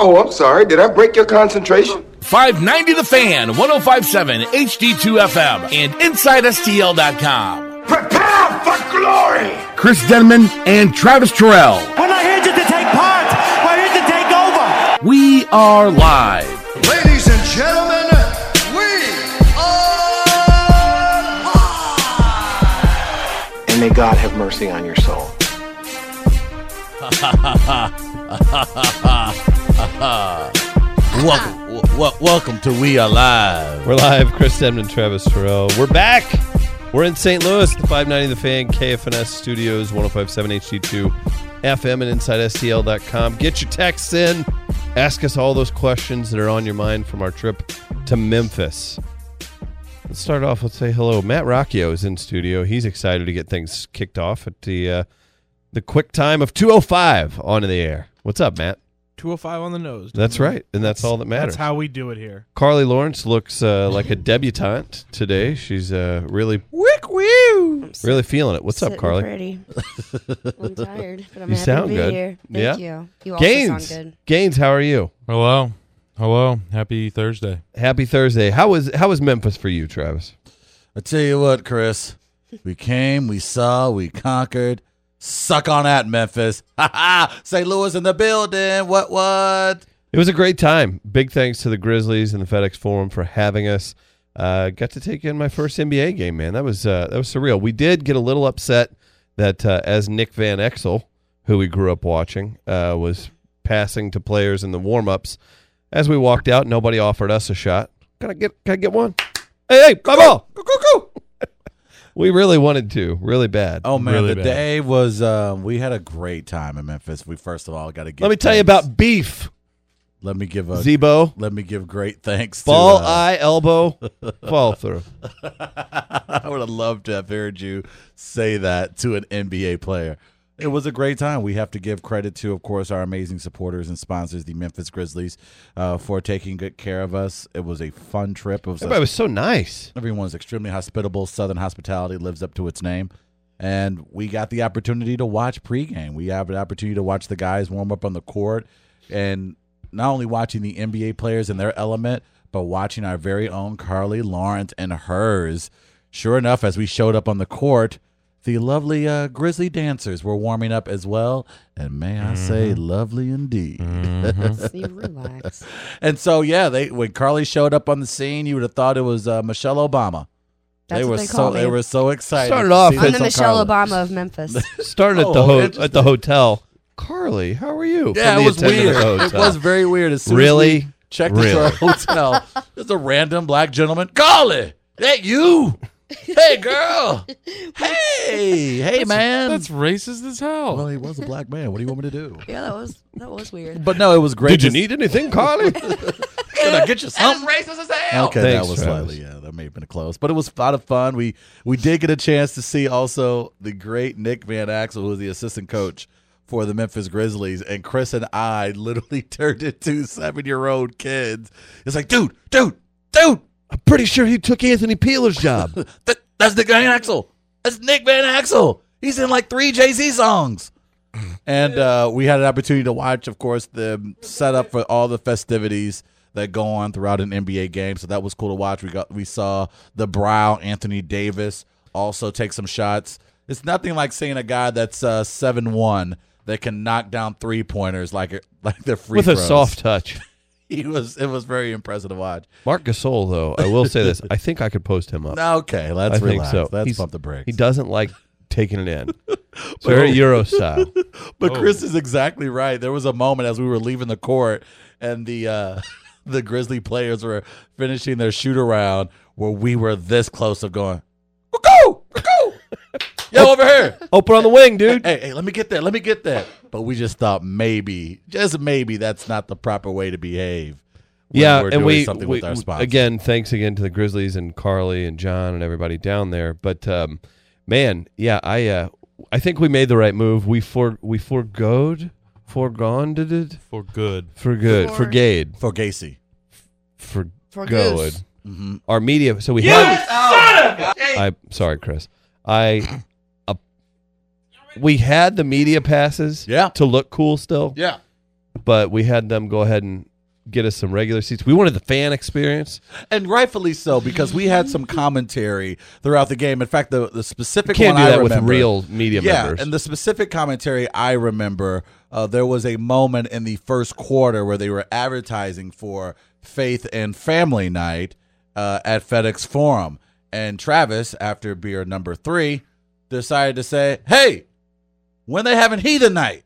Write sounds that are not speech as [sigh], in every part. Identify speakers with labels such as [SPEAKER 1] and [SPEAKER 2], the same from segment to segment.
[SPEAKER 1] Oh, I'm sorry. Did I break your concentration?
[SPEAKER 2] 590 The Fan, 1057 HD2 FM, and InsideSTL.com.
[SPEAKER 1] Prepare for glory!
[SPEAKER 2] Chris Denman and Travis Terrell.
[SPEAKER 3] We're not here just to take part, we're here to take over.
[SPEAKER 2] We are live.
[SPEAKER 4] Ladies and gentlemen, we are live.
[SPEAKER 5] And may God have mercy on your soul.
[SPEAKER 6] welcome, w- welcome to We Are Live.
[SPEAKER 7] We're live. Chris Edmond, Travis Terrell. We're back. We're in St. Louis, the 590 The Fan, KFNS Studios, 1057 HD2 FM, and InsideSTL.com. Get your texts in. Ask us all those questions that are on your mind from our trip to Memphis. Let's start off. Let's say hello. Matt Rocchio is in studio. He's excited to get things kicked off at the uh, the quick time of 205 on the air. What's up, Matt?
[SPEAKER 8] 205 on the nose.
[SPEAKER 7] That's right, and that's, all that matters.
[SPEAKER 8] That's how we do it here.
[SPEAKER 7] Carly Lawrence looks uh, like a debutante today. She's uh, really,
[SPEAKER 8] Wick woo.
[SPEAKER 7] really feeling it. What's up,
[SPEAKER 9] Sitting
[SPEAKER 7] Carly? [laughs]
[SPEAKER 9] Pretty. I'm tired, but I'm
[SPEAKER 7] You
[SPEAKER 9] happy
[SPEAKER 7] sound
[SPEAKER 9] to be
[SPEAKER 7] good.
[SPEAKER 9] here.
[SPEAKER 7] Yeah.
[SPEAKER 9] Thank you. You also
[SPEAKER 7] Gaines,
[SPEAKER 9] sound good.
[SPEAKER 7] Gaines, how are you?
[SPEAKER 10] Hello. Hello. Happy Thursday.
[SPEAKER 7] Happy Thursday. How was how was Memphis for you, Travis?
[SPEAKER 6] I tell you what, Chris. We came, we saw, we conquered. Suck on that, Memphis. [laughs] Ha ha! St. Louis in the building. What, what?
[SPEAKER 7] It was a great time. Big thanks to the Grizzlies and the FedEx Forum for having us. Uh, got to take in my first NBA game, man. That was uh, that was surreal. We did get a little upset that uh, as Nick Van Exel, who we grew up watching, uh, was passing to players in the warm-ups. As we walked out, nobody offered us a shot. Can I get can I get one? Hey, hey, my ball! Go, go, go. [laughs] we really wanted to, really bad.
[SPEAKER 6] Oh, man.
[SPEAKER 10] Really
[SPEAKER 6] the
[SPEAKER 10] bad.
[SPEAKER 6] day was, uh, we had a great time in Memphis. We, first of all, got to give.
[SPEAKER 7] Let me tell you
[SPEAKER 6] thanks.
[SPEAKER 7] about beef,
[SPEAKER 6] Let me give a.
[SPEAKER 7] Zebo.
[SPEAKER 6] let me give great thanks
[SPEAKER 7] Ball,
[SPEAKER 6] to. uh,
[SPEAKER 7] eye,
[SPEAKER 6] [laughs]
[SPEAKER 7] elbow, fall through.
[SPEAKER 6] I would have loved to have heard you say that to an NBA player. It was a great time. We have to give credit to, of course, our amazing supporters and sponsors, the Memphis Grizzlies, uh, for taking good care of us. It was a fun trip. It was
[SPEAKER 7] Everybody was so nice.
[SPEAKER 6] everyone's extremely hospitable. Southern hospitality lives up to its name. And we got the opportunity to watch pregame. We have an opportunity to watch the guys warm up on the court and not only watching the NBA players in their element, but watching our very own Carly Lawrence and hers. Sure enough, as we showed up on the court, the lovely uh, Grizzly dancers were warming up as well. And may I say, lovely indeed.
[SPEAKER 9] Just need
[SPEAKER 7] [laughs]
[SPEAKER 9] to relax.
[SPEAKER 6] And so, yeah, they when Carly showed up on the scene, you would have thought it was uh, Michelle Obama.
[SPEAKER 9] That's
[SPEAKER 6] they
[SPEAKER 9] what
[SPEAKER 6] were
[SPEAKER 9] they
[SPEAKER 6] so
[SPEAKER 9] call
[SPEAKER 6] they
[SPEAKER 9] me.
[SPEAKER 6] were so excited.
[SPEAKER 7] Started
[SPEAKER 6] to
[SPEAKER 7] off
[SPEAKER 6] see
[SPEAKER 7] with-
[SPEAKER 9] I'm the
[SPEAKER 6] this on
[SPEAKER 9] Michelle
[SPEAKER 6] Carly.
[SPEAKER 9] Obama
[SPEAKER 7] [laughs]
[SPEAKER 9] of Memphis.
[SPEAKER 7] Started at the
[SPEAKER 6] Oh,
[SPEAKER 7] ho-
[SPEAKER 6] interesting.
[SPEAKER 7] at the hotel. Carly, how are you?
[SPEAKER 6] Yeah,
[SPEAKER 7] From
[SPEAKER 6] it
[SPEAKER 7] the
[SPEAKER 6] was
[SPEAKER 7] attendant
[SPEAKER 6] weird.
[SPEAKER 7] at the
[SPEAKER 6] It
[SPEAKER 7] hotel.
[SPEAKER 6] was very weird. As soon as
[SPEAKER 7] Really?
[SPEAKER 6] we checked into our [laughs] hotel, there's a random black gentleman. Carly, that you?
[SPEAKER 9] [laughs]
[SPEAKER 6] Hey, girl. hey, hey, man.
[SPEAKER 10] That's racist as hell.
[SPEAKER 6] well, he was a black man. What do you want me to do?
[SPEAKER 9] Yeah, that was that was weird.
[SPEAKER 6] But no, it was great.
[SPEAKER 7] Did you
[SPEAKER 6] to-
[SPEAKER 7] need anything,
[SPEAKER 6] [laughs]
[SPEAKER 7] Carly?
[SPEAKER 6] Can I get you something?
[SPEAKER 4] Racist as hell.
[SPEAKER 6] Okay,
[SPEAKER 7] Thanks,
[SPEAKER 6] that was
[SPEAKER 7] Travis.
[SPEAKER 6] slightly yeah, that may have been close, but it was a lot of fun. We we did get a chance to see also the great Nick Van Axel, who was the assistant coach for the Memphis Grizzlies, and Chris and I literally [laughs] turned into seven year old kids. It's like, dude, dude, dude,
[SPEAKER 7] I'm pretty sure he took Anthony Peeler's
[SPEAKER 6] [laughs]
[SPEAKER 7] job.
[SPEAKER 6] that, that's Nick Van Axel. That's Nick Van Axel. He's in like three Jay Z songs. And uh, we had an opportunity to watch, of course, the setup for all the festivities that go on throughout an NBA game. So that was cool to watch. We got we saw the brow Anthony Davis also take some shots. It's nothing like seeing a guy that's uh, seven one that can knock down three pointers like like they're free
[SPEAKER 7] With a
[SPEAKER 6] throws.
[SPEAKER 7] soft touch.
[SPEAKER 6] [laughs] He was it was very impressive to watch.
[SPEAKER 7] Mark Gasol, though, I will say this. I think I could post
[SPEAKER 6] [laughs]
[SPEAKER 7] him up.
[SPEAKER 6] Okay, let's
[SPEAKER 7] I think
[SPEAKER 6] relax.
[SPEAKER 7] so.
[SPEAKER 6] Let's
[SPEAKER 7] He's-
[SPEAKER 6] pump the brakes.
[SPEAKER 7] He doesn't like taking it
[SPEAKER 6] [laughs]
[SPEAKER 7] in. It's very Euro style.
[SPEAKER 6] But
[SPEAKER 10] Oh.
[SPEAKER 6] Chris is exactly right. There was a moment as we were leaving the court and the uh [laughs] the Grizzly players were finishing their shoot around where we were this close of going, go, go, [laughs] yo over here.
[SPEAKER 7] Open Oh, on the wing, dude.
[SPEAKER 6] Hey, hey, let me get that. Let me get that. But we just thought maybe, just maybe, that's not the proper way to behave. when
[SPEAKER 7] yeah,
[SPEAKER 6] [laughs] we're
[SPEAKER 7] and
[SPEAKER 6] doing
[SPEAKER 7] we,
[SPEAKER 6] something
[SPEAKER 7] we-
[SPEAKER 6] with our spots.
[SPEAKER 7] again, thanks again to the Grizzlies and Carly and John and everybody down there. But um, man, yeah, I uh, I think we made the right move. We for we foregoed, foregone did it
[SPEAKER 10] For good.
[SPEAKER 7] for good,
[SPEAKER 9] For-
[SPEAKER 7] forgade,
[SPEAKER 6] for Gacy. Mm-hmm.
[SPEAKER 7] for
[SPEAKER 9] For
[SPEAKER 7] good.
[SPEAKER 9] goose.
[SPEAKER 7] Our media. So we had. I'm sorry, Chris. I. uh, We had the media passes
[SPEAKER 6] Yeah.
[SPEAKER 7] to look cool still.
[SPEAKER 6] Yeah,
[SPEAKER 7] but we had them go ahead and get us some regular seats. We wanted the fan experience.
[SPEAKER 6] and rightfully so because we had some commentary throughout the game. In fact, the the specific
[SPEAKER 7] Can't
[SPEAKER 6] one
[SPEAKER 7] do
[SPEAKER 6] I
[SPEAKER 7] that with
[SPEAKER 6] remember-
[SPEAKER 7] real media
[SPEAKER 6] yeah,
[SPEAKER 7] members.
[SPEAKER 6] and the specific commentary I remember, uh, there was a moment in the first quarter where they were advertising for Faith and Family Night uh, at FedEx Forum, and Travis, after beer number three, decided to say, "Hey, when they having heathen night?"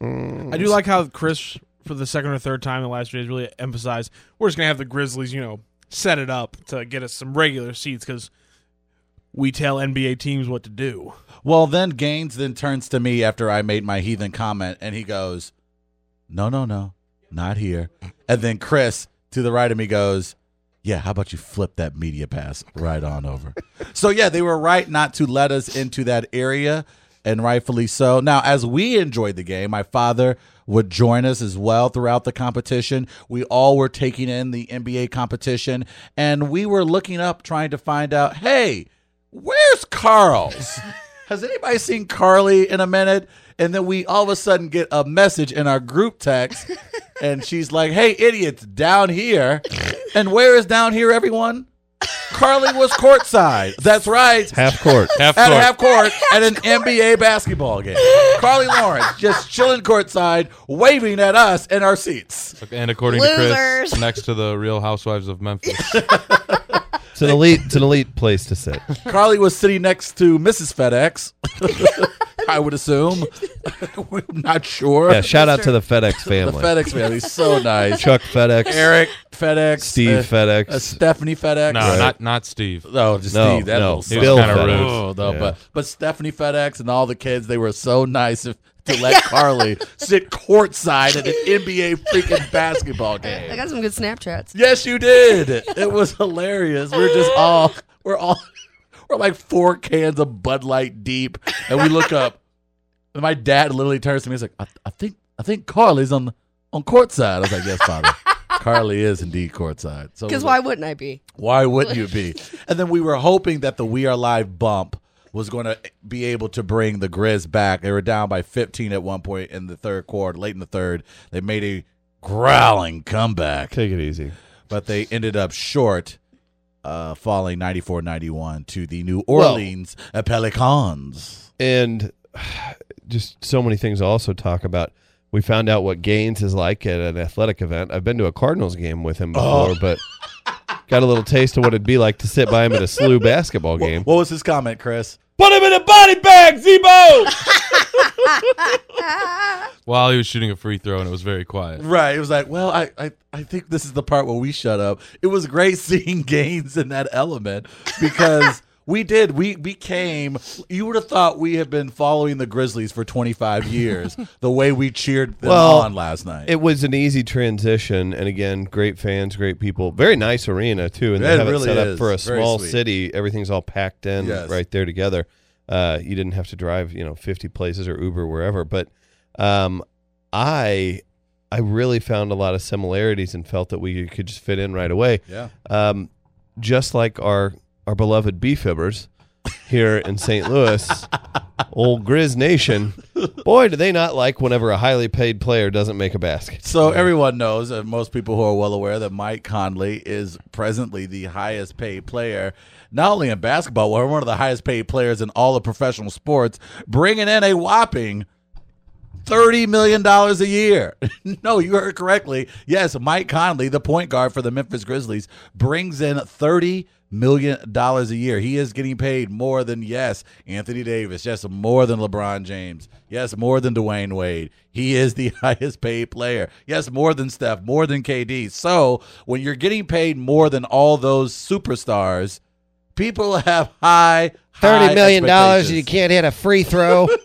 [SPEAKER 7] Hmm.
[SPEAKER 8] I do like how Chris, for the second or third time in the last year, has really emphasized we're just gonna have the Grizzlies, you know, set it up to get us some regular seats because we tell NBA teams what to do.
[SPEAKER 6] Well, then Gaines then turns to me after I made my heathen comment, and he goes, "No, no, no, not here." And then Chris to the right of me goes, "Yeah, how about you flip that media pass right on over?" so yeah, they were right not to let us into that area, and rightfully so. Now, as we enjoyed the game, my father would join us as well throughout the competition. We all were taking in the NBA competition, and we were looking up trying to find out, "Hey, where's Carl's?" has anybody seen Carly in a minute? And then we all of a sudden get a message in our group text, and she's like, "Hey, idiots, down here." And where is down here, everyone? Carly was courtside. That's right,
[SPEAKER 7] Half
[SPEAKER 6] [laughs]
[SPEAKER 7] court.
[SPEAKER 10] Half
[SPEAKER 6] at [laughs]
[SPEAKER 10] court.
[SPEAKER 6] half court at an NBA basketball game. Carly Lawrence just chilling courtside, waving at us in our seats.
[SPEAKER 10] and according to
[SPEAKER 9] Losers.
[SPEAKER 10] Chris, next to the Real Housewives of Memphis.
[SPEAKER 7] It's an elite. It's an elite place to
[SPEAKER 6] [laughs]
[SPEAKER 7] sit.
[SPEAKER 6] Carly was sitting next to Mrs. FedEx. [laughs] I would assume. [laughs] We're not sure.
[SPEAKER 7] Yeah. Shout out to the FedEx
[SPEAKER 6] the
[SPEAKER 7] family.
[SPEAKER 6] FedEx family, so
[SPEAKER 7] [laughs]
[SPEAKER 6] nice.
[SPEAKER 7] Chuck FedEx.
[SPEAKER 6] Eric FedEx,
[SPEAKER 7] Steve
[SPEAKER 6] uh,
[SPEAKER 7] FedEx.
[SPEAKER 6] uh, Stephanie FedEx.
[SPEAKER 10] no, not not Steve.
[SPEAKER 6] no, just
[SPEAKER 7] No,
[SPEAKER 6] Steve. That
[SPEAKER 7] no.
[SPEAKER 6] little
[SPEAKER 7] Bill
[SPEAKER 6] sucker.
[SPEAKER 10] FedEx.
[SPEAKER 6] Oh, no,
[SPEAKER 7] Yeah.
[SPEAKER 6] but but Stephanie FedEx and all the kids, they were so nice if, to
[SPEAKER 9] [laughs]
[SPEAKER 6] let Carly sit courtside at an NBA freaking
[SPEAKER 9] [laughs]
[SPEAKER 6] basketball
[SPEAKER 9] I
[SPEAKER 6] game.
[SPEAKER 9] got some good Snapchats.
[SPEAKER 6] Yes, you did. It was hilarious. We're just all we're all we're like four cans of Bud Light deep, and we look up, and my dad literally turns to me. He's like, "I, I think I think Carly's on on courtside." I was like, "Yes,
[SPEAKER 9] [laughs]
[SPEAKER 6] father." Carly is indeed courtside.
[SPEAKER 7] Oh,
[SPEAKER 6] So
[SPEAKER 9] Because why wouldn't I be?
[SPEAKER 6] why wouldn't you be? [laughs] And then we were hoping that the We Are Live bump was going to be able to bring the Grizz back. They were down by 15 at one point in the third quarter, late in the third. They made a growling comeback,
[SPEAKER 7] Take it easy.
[SPEAKER 6] but they ended up short, uh, falling 94 91 to the New Orleans Pelicans.
[SPEAKER 7] and [sighs] just so many things to also talk about. We found out what Gaines is like at an athletic event. I've been to a Cardinals game with him before, but got a little taste of what it'd be like to sit by him at a SLU basketball game.
[SPEAKER 6] What was his comment, Chris?
[SPEAKER 7] Put him in a body bag, Zebo.
[SPEAKER 10] While he was shooting a free throw, and it was very quiet.
[SPEAKER 6] Right. It was like, well, I, I, I think this is the part where we shut up. It was great [laughs] seeing Gaines in that element
[SPEAKER 7] [laughs]
[SPEAKER 6] because we did. We became, you would have thought we had been following the Grizzlies for 25 years the way we cheered them
[SPEAKER 7] Well,
[SPEAKER 6] on last night.
[SPEAKER 7] It was an easy transition, and again, great fans, great people, very nice arena too. And they
[SPEAKER 6] It
[SPEAKER 7] have
[SPEAKER 6] really
[SPEAKER 7] it set up
[SPEAKER 6] is.
[SPEAKER 7] for a
[SPEAKER 6] Very
[SPEAKER 7] small
[SPEAKER 6] sweet.
[SPEAKER 7] city. Everything's all packed in
[SPEAKER 6] Yes.
[SPEAKER 7] right there together. Uh, you didn't have to drive, you know, fifty places or Uber wherever. But um, I, I really found a lot of similarities and felt that we could just fit in right away.
[SPEAKER 6] yeah.
[SPEAKER 7] Um, just like our our beloved beefibbers here in St.
[SPEAKER 6] [laughs]
[SPEAKER 7] Louis, old Grizz Nation. Boy, do they not like whenever a highly paid player doesn't make a basket.
[SPEAKER 6] So everyone knows, and most people who are well aware, that Mike Conley is presently the highest paid player, not only in basketball, but one of the highest paid players in all of professional sports, bringing in a whopping $30 million a year. [laughs] no, you heard correctly. Yes, Mike Conley, the point guard for the Memphis Grizzlies, brings in $30 million a year. He is getting paid more than, yes, Anthony Davis. Yes, more than LeBron James. Yes, more than Dwayne Wade. He is the [laughs] highest paid player. Yes, more than Steph, more than KD. So when you're getting paid more than all those superstars, people [laughs] have high, high
[SPEAKER 7] Thirty million dollars and you
[SPEAKER 6] expectations.
[SPEAKER 7] can't hit a free throw.
[SPEAKER 6] [laughs]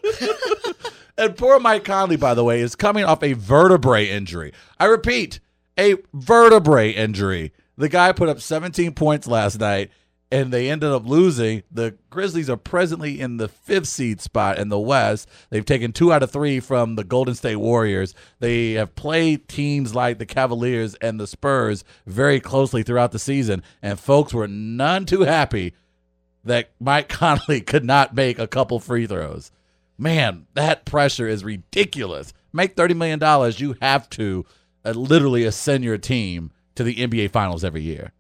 [SPEAKER 6] And poor Mike Conley, by the way, is coming off a vertebrae injury. I repeat, a vertebrae injury. The guy put up 17 points last night, and they ended up losing. The Grizzlies are presently in the fifth seed spot in the West. They've taken two out of three from the Golden State Warriors. They have played teams like the Cavaliers and the Spurs very closely throughout the season, and folks were [laughs] none too happy that Mike Conley could not make a couple free throws. man, that pressure is ridiculous. Make $30 million, you have to uh, literally ascend your team to the NBA Finals every year.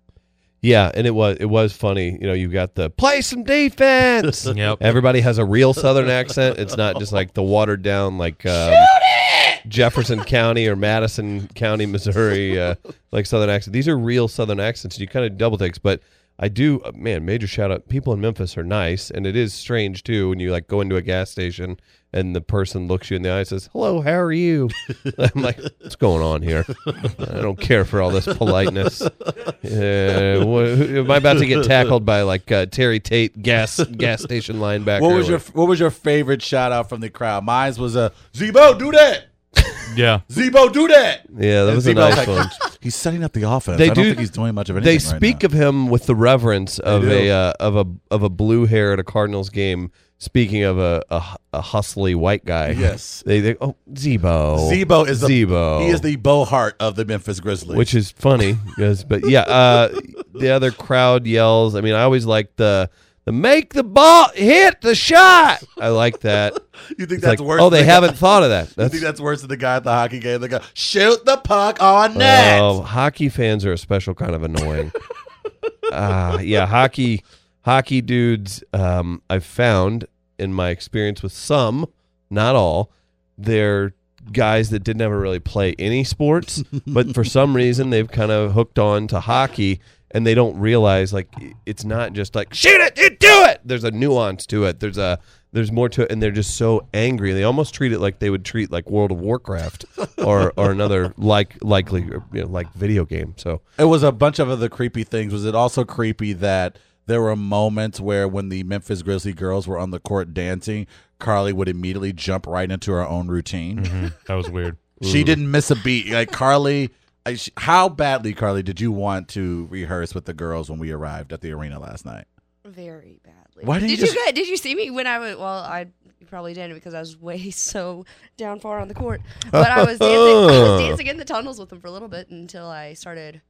[SPEAKER 7] Yeah, and it was it was funny. You know, you got the play some
[SPEAKER 6] [laughs]
[SPEAKER 7] defense.
[SPEAKER 10] Yep.
[SPEAKER 7] Everybody has a real Southern accent. It's not just like the watered down like um, Jefferson County or Madison County, Missouri, uh, like Southern accent. These are real Southern accents. You kind of double takes, but I do uh, man major shout out. People in Memphis are nice, and it is strange too when you like go into a gas station and the person looks you in the eye and says, "Hello, how are you?" [laughs] I'm like, "What's going on here?" I don't care for all this politeness. Yeah, what, who- am I about to get tackled by like uh, Terry Tate gas gas station linebacker?
[SPEAKER 6] What was
[SPEAKER 7] or
[SPEAKER 6] your What was your favorite shout out from the crowd? Mine was a Zebo,
[SPEAKER 7] [laughs]
[SPEAKER 6] do that.
[SPEAKER 10] Yeah.
[SPEAKER 6] Zebo, do that.
[SPEAKER 7] Yeah, that
[SPEAKER 6] And
[SPEAKER 7] was a
[SPEAKER 6] Zebo
[SPEAKER 7] nice
[SPEAKER 6] like,
[SPEAKER 7] one.
[SPEAKER 6] [laughs] He's setting up the offense.
[SPEAKER 7] They
[SPEAKER 6] I don't
[SPEAKER 7] do-
[SPEAKER 6] think he's doing much of anything.
[SPEAKER 7] They
[SPEAKER 6] right
[SPEAKER 7] speak
[SPEAKER 6] now.
[SPEAKER 7] of him with the reverence of a
[SPEAKER 6] They do.
[SPEAKER 7] uh, of a of a blue hair at a Cardinals game. Speaking of a a, a hustly white guy,
[SPEAKER 6] Yes.
[SPEAKER 7] [laughs] they, they oh Zebo
[SPEAKER 6] Zebo is the
[SPEAKER 7] Zebo.
[SPEAKER 6] He is the Bo Hart of the Memphis Grizzlies.
[SPEAKER 7] which is funny [laughs] because but yeah uh the other crowd yells i mean i always like the the make the ball hit the shot i like
[SPEAKER 6] [laughs]
[SPEAKER 7] that
[SPEAKER 6] you think
[SPEAKER 7] it's
[SPEAKER 6] that's
[SPEAKER 7] like
[SPEAKER 6] worse?
[SPEAKER 7] oh they [laughs]
[SPEAKER 6] than
[SPEAKER 7] haven't thought of that
[SPEAKER 6] You
[SPEAKER 7] that's
[SPEAKER 6] think that's worse than the guy at the hockey game? They go shoot the puck on net.
[SPEAKER 7] oh hockey fans are a special kind of annoying uh yeah hockey hockey dudes um i've found in my experience with some not all they're guys that didn't ever really play any sports but for some reason they've kind of hooked on to hockey and they don't realize like i- it's not just like shoot it you do it there's a nuance to it there's a there's more to it and they're just so angry they almost treat it like they would treat like world of warcraft or or another like likely you know, like video game so
[SPEAKER 6] It was a bunch of other creepy things. Was it also creepy that there were moments where when the Memphis Grizzly girls were on the court dancing, Carly would immediately jump right into her own routine.
[SPEAKER 10] That was weird.
[SPEAKER 6] She didn't miss a beat. Like Carly, I, sh how badly, Carly, did you want to rehearse with the girls when we arrived at the arena last night?
[SPEAKER 9] Very badly.
[SPEAKER 6] Why didn't you
[SPEAKER 9] did
[SPEAKER 6] just-
[SPEAKER 9] you guys, did you see me when I was? Well, I you probably didn't because I was way [laughs] so down far on the court. But I was dancing. I
[SPEAKER 7] [laughs]
[SPEAKER 9] was dancing in the tunnels with them for a little bit until I started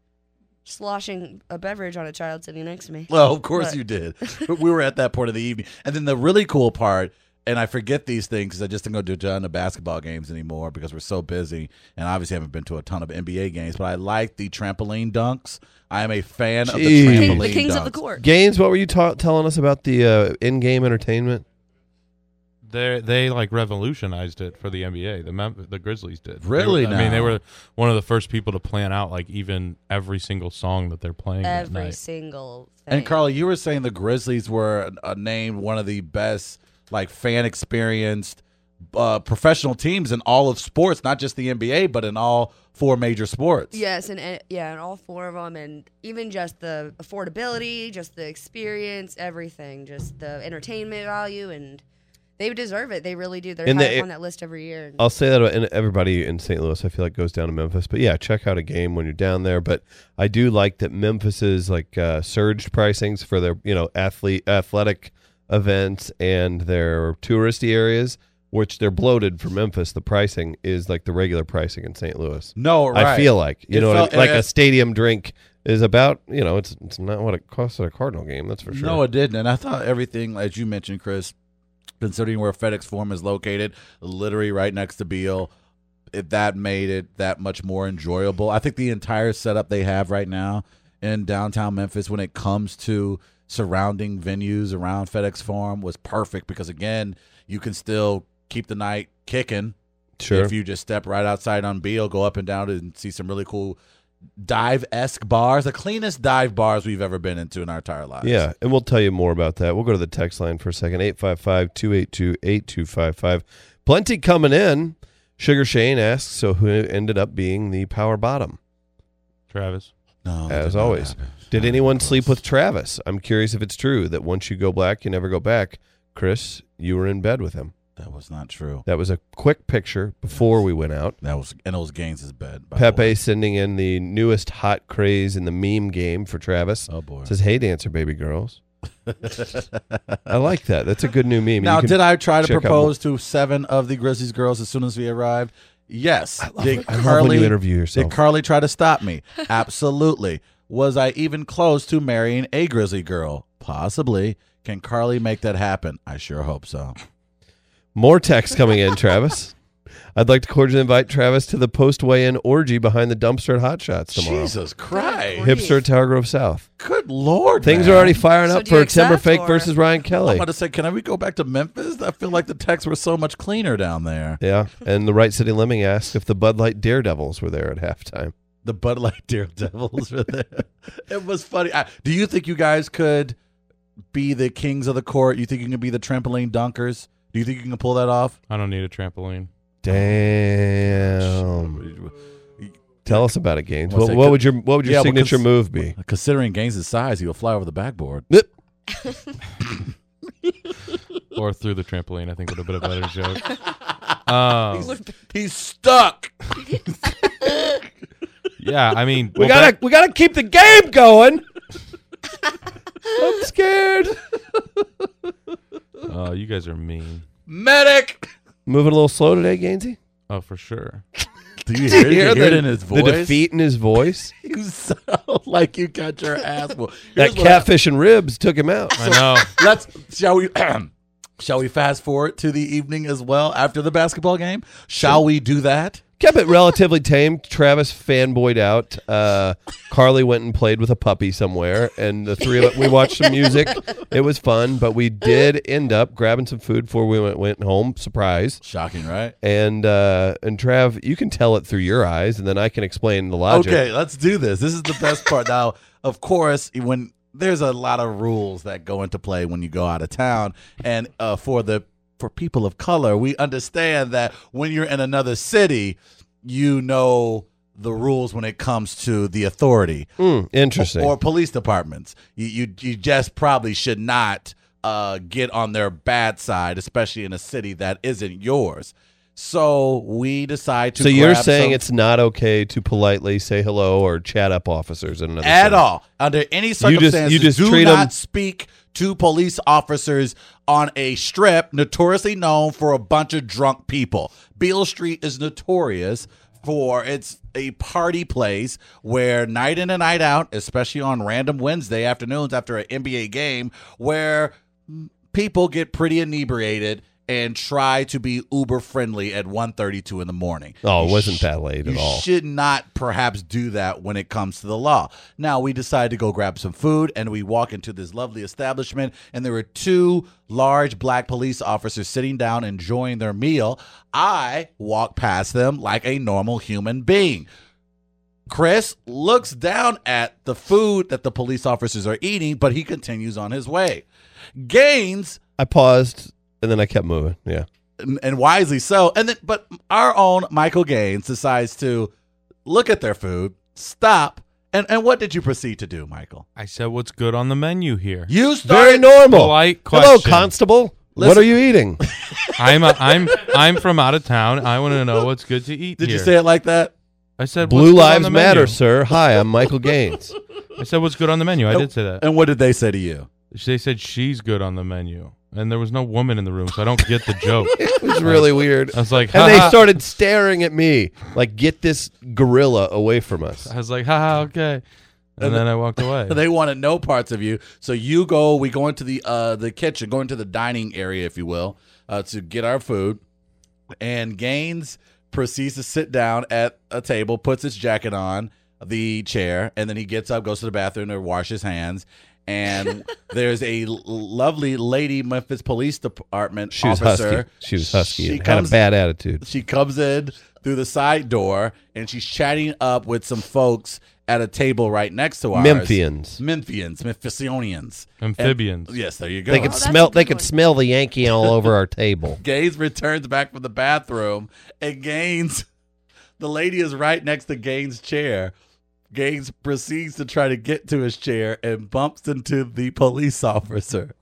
[SPEAKER 9] sloshing a beverage on a child sitting next to me.
[SPEAKER 6] Well, of course
[SPEAKER 9] But-
[SPEAKER 6] you did. But we were at that point of the evening. And then the really cool part, and I forget these things because I just don't go to a ton of basketball games anymore because we're so busy and obviously haven't been to a ton of NBA games, but I like the trampoline dunks. I am a fan of the
[SPEAKER 7] Jeez.
[SPEAKER 9] King-
[SPEAKER 6] trampoline
[SPEAKER 9] the kings
[SPEAKER 6] dunks.
[SPEAKER 9] of the court.
[SPEAKER 7] games what were you ta- telling us about the uh, in-game entertainment
[SPEAKER 10] [laughs] They they like revolutionized it for the NBA. The Mem- the Grizzlies did. They were-
[SPEAKER 6] Really
[SPEAKER 10] I mean, they
[SPEAKER 6] now?
[SPEAKER 10] were one of the first people to plan out like even every single song that they're playing that
[SPEAKER 9] Every
[SPEAKER 10] night.
[SPEAKER 9] single thing.
[SPEAKER 6] And Carly, you were saying the Grizzlies were uh, named one of the best, like fan experienced, uh, professional teams in all of sports, not just the NBA, but in all four major sports.
[SPEAKER 9] Yes, and, and yeah, and all four of them, and even just the affordability, just the experience, everything, just the entertainment value, and they deserve it. They really do. They're
[SPEAKER 7] And
[SPEAKER 9] high
[SPEAKER 7] the-
[SPEAKER 9] up on that list every year.
[SPEAKER 6] Oh.
[SPEAKER 7] I'll say that, and everybody in St. Louis, I feel like goes down to Memphis. But yeah, check out a game when you're down there. But I do like that Memphis's like uh, surged pricings for their you know athlete athletic events and their touristy areas, which they're bloated for Memphis. The pricing is like the regular pricing in St. Louis.
[SPEAKER 6] No, right.
[SPEAKER 7] I feel like you
[SPEAKER 6] It
[SPEAKER 7] know
[SPEAKER 6] felt- eh,
[SPEAKER 7] like
[SPEAKER 6] it-
[SPEAKER 7] a stadium drink is about you know it's it's not what it costs at a Cardinal game. That's for sure.
[SPEAKER 6] No, it didn't. And I thought everything, as you mentioned, Chris, considering where FedEx Forum is located, literally right next to Beal, it, that made it that much more enjoyable. I think the entire setup they have right now in downtown Memphis, when it comes to surrounding venues around FedEx Forum, was perfect because again, you can still keep the night kicking
[SPEAKER 7] sure.
[SPEAKER 6] if you just step right outside on Beale, go up and down and see some really cool dive esque bars, the cleanest dive bars we've ever been into in our entire lives.
[SPEAKER 7] Yeah, and we'll tell you more about that. We'll go to the text line for a second 855 282 8255. Plenty coming in. Sugar Shane asks, so who ended up being the power bottom?
[SPEAKER 10] Travis.
[SPEAKER 6] No, that
[SPEAKER 7] As
[SPEAKER 6] did not
[SPEAKER 7] always.
[SPEAKER 6] happen.
[SPEAKER 7] Did
[SPEAKER 6] Not
[SPEAKER 7] anyone
[SPEAKER 6] close.
[SPEAKER 7] sleep with Travis? I'm curious if it's true that once you go black, you never go back. Chris, you were in bed with him.
[SPEAKER 6] That was not true.
[SPEAKER 7] That was a quick picture before we went out.
[SPEAKER 6] That was and it was Gaines' bed. by the
[SPEAKER 7] Pepe
[SPEAKER 6] way.
[SPEAKER 7] sending in the newest hot craze in the meme game for Travis.
[SPEAKER 6] Oh boy.
[SPEAKER 7] Says, hey, dancer baby girls. I like that. That's a good new meme.
[SPEAKER 6] now,
[SPEAKER 7] You can-
[SPEAKER 6] did I try to
[SPEAKER 7] check out
[SPEAKER 6] propose to seven of the Grizzlies girls as soon as we arrived? Yes. I
[SPEAKER 7] love it. I love when you interview yourself.
[SPEAKER 6] Did Carly try to stop
[SPEAKER 7] [laughs]
[SPEAKER 6] me? Absolutely. Was I even close to marrying a Grizzly girl? Possibly. Can Carly make that happen? I sure hope so.
[SPEAKER 7] More text coming in, Travis. [laughs] I'd like to cordially invite Travis to the post weigh in orgy behind the dumpster at Hot Shots [laughs] tomorrow.
[SPEAKER 6] Jesus Christ.
[SPEAKER 7] Hipster Tower Grove South.
[SPEAKER 6] Good Lord.
[SPEAKER 7] Things
[SPEAKER 6] man.
[SPEAKER 7] are already firing
[SPEAKER 9] So
[SPEAKER 7] up
[SPEAKER 9] do you
[SPEAKER 7] for Timberfake
[SPEAKER 9] accept, or-
[SPEAKER 7] versus Ryan
[SPEAKER 6] I'm
[SPEAKER 7] Kelly.
[SPEAKER 6] about to say, can I we go back to Memphis? I feel like the texts were so much cleaner down there.
[SPEAKER 7] [laughs] Yeah. And the Right City Lemming asked if the Bud Light Daredevils were there at halftime.
[SPEAKER 6] The Bud Light [laughs] Daredevils were there. It was funny. I, do you think you guys could be the kings of the court? You think you can be the trampoline dunkers? Do you think you can pull that off?
[SPEAKER 10] I don't need a trampoline.
[SPEAKER 7] Damn. Tell us about it, Gaines.
[SPEAKER 6] Well,
[SPEAKER 7] What,
[SPEAKER 6] say-
[SPEAKER 7] what would your what would your
[SPEAKER 6] Yeah, well,
[SPEAKER 7] signature
[SPEAKER 6] cons-
[SPEAKER 7] move be?
[SPEAKER 6] Considering Gaines' size, he'll fly over the backboard.
[SPEAKER 7] Nip.
[SPEAKER 10] Or through the trampoline, I think would have been a better joke. Um,
[SPEAKER 6] He's stuck.
[SPEAKER 10] yeah, I mean,
[SPEAKER 7] We gotta we gotta keep the game going. [laughs] I'm scared.
[SPEAKER 10] back- Oh, you guys are mean.
[SPEAKER 6] Medic.
[SPEAKER 7] Moving a little slow today, Gainsy.
[SPEAKER 10] Oh, for sure.
[SPEAKER 6] Do you hear, you hear
[SPEAKER 7] the,
[SPEAKER 6] it in his voice?
[SPEAKER 7] the defeat in his voice?
[SPEAKER 6] [laughs] You sound like you got your ass. whooped. Here's
[SPEAKER 7] that
[SPEAKER 6] what I-
[SPEAKER 7] catfish and ribs took him out.
[SPEAKER 6] [laughs]
[SPEAKER 10] I know.
[SPEAKER 6] Let's shall we [clears throat] shall we fast forward to the evening as well after the basketball game? Shall we do that?
[SPEAKER 7] Kept it relatively tame. Travis fanboyed out. Uh, Carly went and played with a puppy somewhere, and the three of us we watched some music. It was fun, but we did end up grabbing some food before we went went home. Surprise!
[SPEAKER 6] Shocking, right?
[SPEAKER 7] And uh, and Trav, you can tell it through your eyes, and then I can explain the logic.
[SPEAKER 6] Okay, let's do this. This is the best part. now, of course, when there's a lot of rules that go into play when you go out of town, and uh, for the for people of color, we understand that when you're in another city, you know the rules when it comes to the authority.
[SPEAKER 7] Hmm, interesting.
[SPEAKER 6] Or police departments. You you, you just probably should not uh, get on their bad side, especially in a city that isn't yours. So we decide to.
[SPEAKER 7] so you're
[SPEAKER 6] grab
[SPEAKER 7] saying
[SPEAKER 6] some-
[SPEAKER 7] it's not okay to politely say hello or chat up officers in another
[SPEAKER 6] at
[SPEAKER 7] city.
[SPEAKER 6] all under any circumstances.
[SPEAKER 7] you just
[SPEAKER 6] do
[SPEAKER 7] treat 'em-
[SPEAKER 6] not speak to police officers on a strip notoriously known for a bunch of drunk people. Beale Street is notorious for it's a party place where night in and night out, especially on random Wednesday afternoons after an NBA game, where people get pretty inebriated and try to be uber friendly at 1.32 in the morning
[SPEAKER 7] Oh, it
[SPEAKER 6] You
[SPEAKER 7] wasn't
[SPEAKER 6] sh-
[SPEAKER 7] that late at
[SPEAKER 6] you
[SPEAKER 7] all.
[SPEAKER 6] should not perhaps do that when it comes to the law. Now, we decide to go grab some food and we walk into this lovely establishment, and there were two large black police officers sitting down enjoying their meal. I walk past them like a normal human being. Chris looks down at the food that the police officers are eating, but he continues on his way. Gaines
[SPEAKER 7] I paused and then I kept moving. Yeah.
[SPEAKER 6] and- and wisely so. And then, but our own Michael Gaines decides to look at their food, stop, and and what did you proceed to do, Michael?
[SPEAKER 10] I said, what's good on the menu here?
[SPEAKER 7] Very
[SPEAKER 6] You started.
[SPEAKER 7] normal.
[SPEAKER 10] polite
[SPEAKER 7] Hello,
[SPEAKER 10] question.
[SPEAKER 7] constable. What
[SPEAKER 6] Listen-
[SPEAKER 7] are you
[SPEAKER 6] [laughs]
[SPEAKER 7] eating?
[SPEAKER 10] I'm a, I'm I'm from out of town. I want to know what's good to eat.
[SPEAKER 6] did you
[SPEAKER 10] here.
[SPEAKER 6] say it like that?
[SPEAKER 10] I said
[SPEAKER 7] Blue
[SPEAKER 10] what's good on
[SPEAKER 7] lives
[SPEAKER 10] the
[SPEAKER 7] matter,
[SPEAKER 10] menu.
[SPEAKER 7] sir. Hi, I'm Michael
[SPEAKER 6] [laughs]
[SPEAKER 7] Gaines.
[SPEAKER 10] I said what's good on the menu. I did say that.
[SPEAKER 6] And what did they say to you?
[SPEAKER 10] They said she's good on the menu, and there was no woman in the room, so I don't get the
[SPEAKER 6] [laughs]
[SPEAKER 10] joke.
[SPEAKER 7] It was really weird.
[SPEAKER 10] I was like,
[SPEAKER 7] [laughs] and they
[SPEAKER 6] Uh-huh.
[SPEAKER 10] "Ha-ha."
[SPEAKER 7] started staring at me like, "Get this gorilla away from us."
[SPEAKER 10] I was like, haha, okay. And, then I walked away.
[SPEAKER 6] [laughs] They wanted no parts of you. So you go. We go into the uh the kitchen, go into the dining area, if you will, uh, to get our food. And Gaines proceeds to sit down at a table, puts his jacket on the chair, and then he gets up, goes to the bathroom to wash his hands. And
[SPEAKER 7] [laughs]
[SPEAKER 6] there's a l- lovely lady, Memphis Police Department
[SPEAKER 7] She was
[SPEAKER 6] officer.
[SPEAKER 7] husky. She was husky.
[SPEAKER 6] She
[SPEAKER 7] and
[SPEAKER 6] comes-
[SPEAKER 7] had a bad attitude.
[SPEAKER 6] She comes in through the side door, and she's chatting up with some folks at a table right next to ours.
[SPEAKER 7] Memphians.
[SPEAKER 6] Memphians, Memphisionians.
[SPEAKER 10] Amphibians.
[SPEAKER 6] And- yes, there you go. Uh,
[SPEAKER 7] They could
[SPEAKER 9] Oh, that's
[SPEAKER 7] smell.
[SPEAKER 9] a
[SPEAKER 7] They
[SPEAKER 9] good
[SPEAKER 7] could
[SPEAKER 9] one.
[SPEAKER 7] smell the Yankee all over our table.
[SPEAKER 6] Gaines returns back from the bathroom and Gaines, [laughs] the lady is right next to Gaines' chair. Gaines proceeds to try to get to his chair and bumps into the police officer.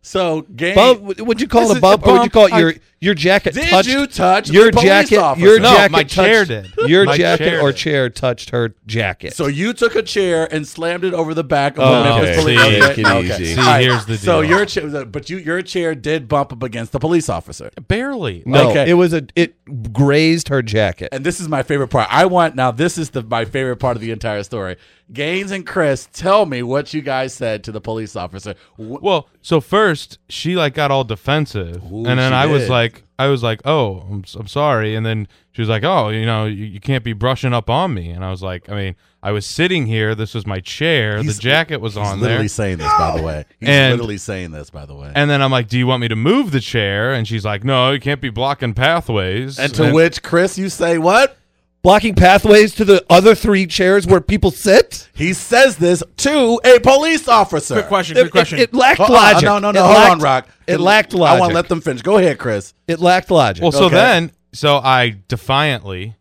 [SPEAKER 6] So Gaines,
[SPEAKER 7] Bump? Would you call
[SPEAKER 6] This
[SPEAKER 7] it a
[SPEAKER 6] is-
[SPEAKER 7] bump, or would you call it
[SPEAKER 10] I-
[SPEAKER 7] your your jacket?
[SPEAKER 6] did
[SPEAKER 7] touched,
[SPEAKER 6] you touch
[SPEAKER 7] your
[SPEAKER 6] the police
[SPEAKER 7] jacket?
[SPEAKER 6] officer?
[SPEAKER 7] Your
[SPEAKER 10] No,
[SPEAKER 7] jacket.
[SPEAKER 10] my chair
[SPEAKER 7] touched-
[SPEAKER 10] did.
[SPEAKER 7] Your
[SPEAKER 10] My
[SPEAKER 7] jacket
[SPEAKER 10] chair
[SPEAKER 7] or
[SPEAKER 10] did.
[SPEAKER 7] chair touched her jacket.
[SPEAKER 6] So you took a chair and slammed it over the back of
[SPEAKER 7] Oh,
[SPEAKER 6] the Memphis
[SPEAKER 7] okay.
[SPEAKER 6] police.
[SPEAKER 7] See,
[SPEAKER 6] officer.
[SPEAKER 7] take it easy.
[SPEAKER 10] See,
[SPEAKER 6] All right.
[SPEAKER 10] here's the
[SPEAKER 6] So
[SPEAKER 10] deal.
[SPEAKER 6] your chair, but you your chair did bump up against the police officer.
[SPEAKER 10] Barely.
[SPEAKER 7] no,
[SPEAKER 6] okay.
[SPEAKER 7] it was a. It grazed her jacket.
[SPEAKER 6] and this is my favorite part. I want now. This is the my favorite part of the entire story. Gaines and Chris, tell me what you guys said to the police officer. Wh-
[SPEAKER 10] Well, so first she like got all defensive,
[SPEAKER 6] Ooh,
[SPEAKER 10] and then
[SPEAKER 6] she
[SPEAKER 10] I was
[SPEAKER 6] did.
[SPEAKER 10] like, I was like, oh, I'm, s- I'm sorry, and then she was like, oh, you know, you, you can't be brushing up on me, and I was like, I mean, I was sitting here, this was my chair,
[SPEAKER 6] He's-
[SPEAKER 10] the jacket was
[SPEAKER 6] He's
[SPEAKER 10] on
[SPEAKER 6] literally
[SPEAKER 10] there,
[SPEAKER 6] saying this, by the way. He's
[SPEAKER 10] And-
[SPEAKER 6] literally saying this, by the way.
[SPEAKER 10] and then I'm like, do you want me to move the chair? And she's like, no, you can't be blocking pathways.
[SPEAKER 6] And to which, Chris, you say what?
[SPEAKER 7] Blocking pathways to the other three chairs where people sit?
[SPEAKER 6] He says this to a police officer.
[SPEAKER 8] Quick question. Quick
[SPEAKER 7] It-
[SPEAKER 8] question.
[SPEAKER 7] It, it lacked
[SPEAKER 6] Uh-uh,
[SPEAKER 7] logic.
[SPEAKER 6] No, no,
[SPEAKER 7] It
[SPEAKER 6] no. Hold
[SPEAKER 7] lacked-
[SPEAKER 6] on, Rock.
[SPEAKER 7] It lacked
[SPEAKER 6] I
[SPEAKER 7] logic.
[SPEAKER 6] want to let them finish. Go ahead, Chris.
[SPEAKER 7] it lacked logic.
[SPEAKER 10] Well, so
[SPEAKER 6] Okay.
[SPEAKER 10] then, so I defiantly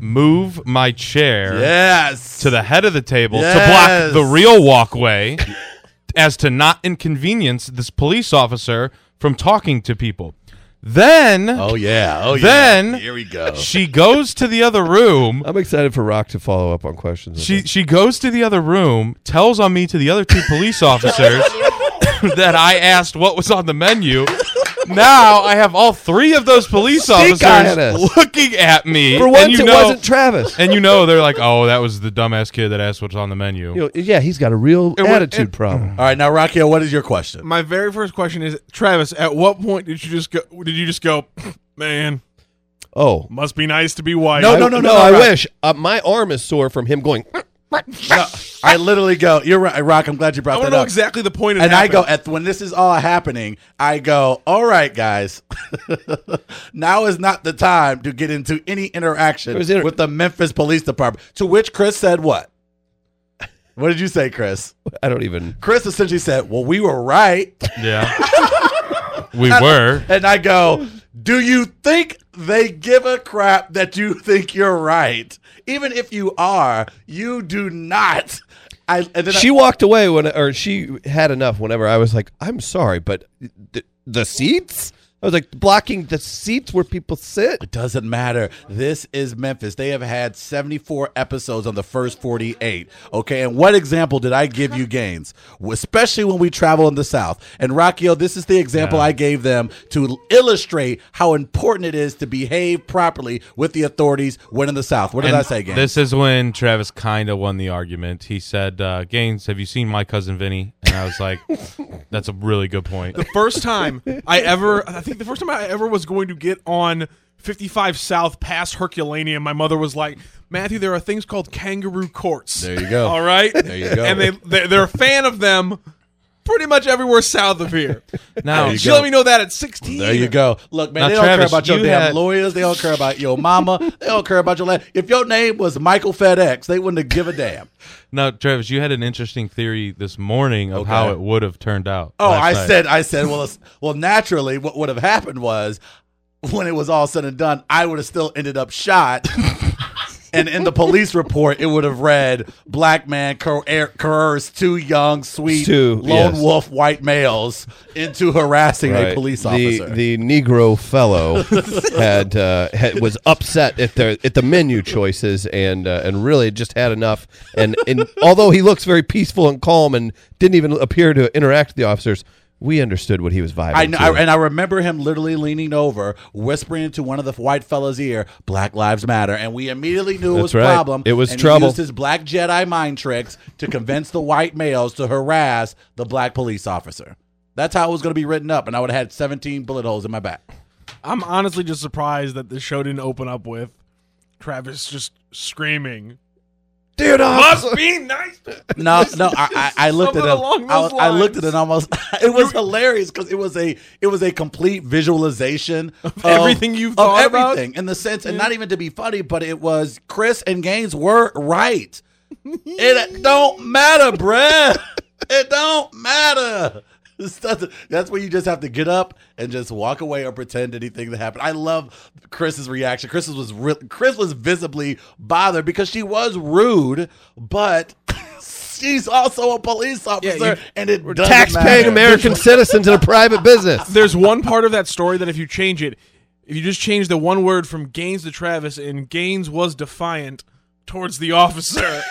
[SPEAKER 10] move my chair
[SPEAKER 6] Yes.
[SPEAKER 10] to the head of the table
[SPEAKER 6] Yes.
[SPEAKER 10] to block the real walkway as to not inconvenience this police officer from talking to people. Then
[SPEAKER 6] Oh yeah. Oh yeah.
[SPEAKER 10] Then-
[SPEAKER 6] here we go.
[SPEAKER 10] she goes to the other room.
[SPEAKER 7] I'm excited for Rock to follow up on questions.
[SPEAKER 10] She she goes to the other room, tells on me to the other two police officers that I asked what was on the menu. Now I have all three of those police
[SPEAKER 7] on
[SPEAKER 10] officers
[SPEAKER 7] us.
[SPEAKER 10] looking at me.
[SPEAKER 7] for
[SPEAKER 10] and
[SPEAKER 7] once,
[SPEAKER 10] you
[SPEAKER 7] it
[SPEAKER 10] know-
[SPEAKER 7] wasn't Travis.
[SPEAKER 10] and you know they're like, oh, that was the dumbass kid that asked what's on the menu.
[SPEAKER 7] You know, yeah, he's got a real
[SPEAKER 8] wa-
[SPEAKER 7] attitude
[SPEAKER 8] it-
[SPEAKER 7] problem.
[SPEAKER 6] All right, now Rockio, what is your question?
[SPEAKER 8] My very first question is, Travis, at what point did you just go? Did you just go, man?
[SPEAKER 7] Oh,
[SPEAKER 8] Must be nice to be white.
[SPEAKER 6] No,
[SPEAKER 7] I-
[SPEAKER 6] no, no, no,
[SPEAKER 7] I
[SPEAKER 6] Rock.
[SPEAKER 7] wish uh, my arm is sore from him going. [laughs]
[SPEAKER 6] I literally go. You're right, Rock. I'm glad you
[SPEAKER 8] I
[SPEAKER 6] brought
[SPEAKER 8] want
[SPEAKER 6] that
[SPEAKER 8] to know
[SPEAKER 6] up.
[SPEAKER 8] exactly the point. it
[SPEAKER 6] and I
[SPEAKER 8] happened.
[SPEAKER 6] go at when this is all happening. I go, all right, guys. [laughs] now is not the time to get into any interaction
[SPEAKER 7] It was inter-
[SPEAKER 6] with the Memphis Police Department. To which Chris said, "What? What did you say, Chris?
[SPEAKER 7] I don't even.
[SPEAKER 6] Chris essentially said, "Well, we were right."
[SPEAKER 10] Yeah. we were.
[SPEAKER 6] And I go, Do you think they give a crap that you [laughs] think you're right? Even if you are, you do not. I, and then
[SPEAKER 7] She
[SPEAKER 6] I,
[SPEAKER 7] walked away when, or she had enough. Whenever I was like, I'm sorry, but th- the seats. I was like blocking the seats where people sit.
[SPEAKER 6] it doesn't matter. This is Memphis. They have had 74 episodes on the first 48. Okay. And what example did I give you, Gaines? Especially when we travel in the South. And Rockio, this is the example I gave them to illustrate how important it is to behave properly with the authorities when in the South. What did I
[SPEAKER 10] And
[SPEAKER 6] say, Gaines?
[SPEAKER 10] This is when Travis kind of won the argument. He said, uh, Gaines, have you seen my cousin Vinny? And I
[SPEAKER 6] [laughs]
[SPEAKER 10] was like, that's a really good point.
[SPEAKER 8] the first time I ever, I think the first time I ever was going to get on 55 South past Herculaneum, my mother was like, Matthew, there are things called kangaroo courts.
[SPEAKER 6] There you go.
[SPEAKER 8] All right. There
[SPEAKER 6] you go.
[SPEAKER 8] And they, they, they're a fan of them pretty much everywhere south of here.
[SPEAKER 10] Now,
[SPEAKER 8] She let me know that at 16.
[SPEAKER 6] There you go. Look, man,
[SPEAKER 10] Now,
[SPEAKER 6] they don't
[SPEAKER 10] Travis,
[SPEAKER 6] care about your
[SPEAKER 10] you
[SPEAKER 6] damn
[SPEAKER 10] had-
[SPEAKER 6] lawyers. They don't care about your mama. they don't care about your life. If your name was Michael FedEx, they wouldn't have give a damn.
[SPEAKER 10] now, Travis, you had an interesting theory this morning of how
[SPEAKER 6] Okay.
[SPEAKER 10] it would have turned out.
[SPEAKER 6] Oh,
[SPEAKER 10] last
[SPEAKER 6] I
[SPEAKER 10] night.
[SPEAKER 6] said, I said, well, it's- well, naturally, what would have happened was when it was all said and done, I would have still ended up
[SPEAKER 7] [laughs]
[SPEAKER 6] shot. and in the police report, it would have read black man coer- coerced two young, sweet,
[SPEAKER 7] Two,
[SPEAKER 6] lone
[SPEAKER 7] yes.
[SPEAKER 6] wolf white males into harassing a
[SPEAKER 7] Right.
[SPEAKER 6] police
[SPEAKER 7] The-
[SPEAKER 6] officer.
[SPEAKER 7] The, Negro fellow [laughs] had, uh, had was upset at the at the menu choices and uh, and really just had enough. And, and although he looks very peaceful and calm and didn't even appear to interact with the officers, we understood what he was vibing.
[SPEAKER 6] I know,
[SPEAKER 7] to.
[SPEAKER 6] I, and I remember him literally leaning over, whispering into one of the white fella's ear, "Black Lives Matter," and we immediately knew it
[SPEAKER 7] That's
[SPEAKER 6] was
[SPEAKER 7] right.
[SPEAKER 6] problem.
[SPEAKER 7] It was
[SPEAKER 6] and He
[SPEAKER 7] trouble.
[SPEAKER 6] used his black Jedi mind tricks to convince the white males to harass the black police officer. That's how it was going to be written up, and I would have had 17 bullet holes in my back.
[SPEAKER 8] I'm honestly just surprised that the show didn't open up with Travis just screaming.
[SPEAKER 7] Dude, officer-
[SPEAKER 8] Must be nice.
[SPEAKER 6] No, no, I, I, I looked at
[SPEAKER 8] Something
[SPEAKER 6] it.
[SPEAKER 8] along
[SPEAKER 6] I,
[SPEAKER 8] those
[SPEAKER 6] I looked at
[SPEAKER 8] lines.
[SPEAKER 6] it almost. It was [laughs] hilarious because it was a it was a complete visualization of,
[SPEAKER 8] everything you've thought
[SPEAKER 6] of
[SPEAKER 8] about?
[SPEAKER 6] everything in the sense, and not even to be funny, but it was Chris and Gaines were right. it don't matter, bruh. It don't matter. This doesn't- That's where you just have to get up and just walk away or pretend anything that happened. I love Chris's reaction. Chris was re- Chris was visibly bothered because she was rude, but [laughs] she's also a police officer,
[SPEAKER 8] you-
[SPEAKER 6] and it doesn't
[SPEAKER 7] taxpaying
[SPEAKER 6] matter.
[SPEAKER 7] American citizens in a private business.
[SPEAKER 8] There's one part of that story that if you change it, if you just change the one word from Gaines to Travis and Gaines was defiant towards the officer,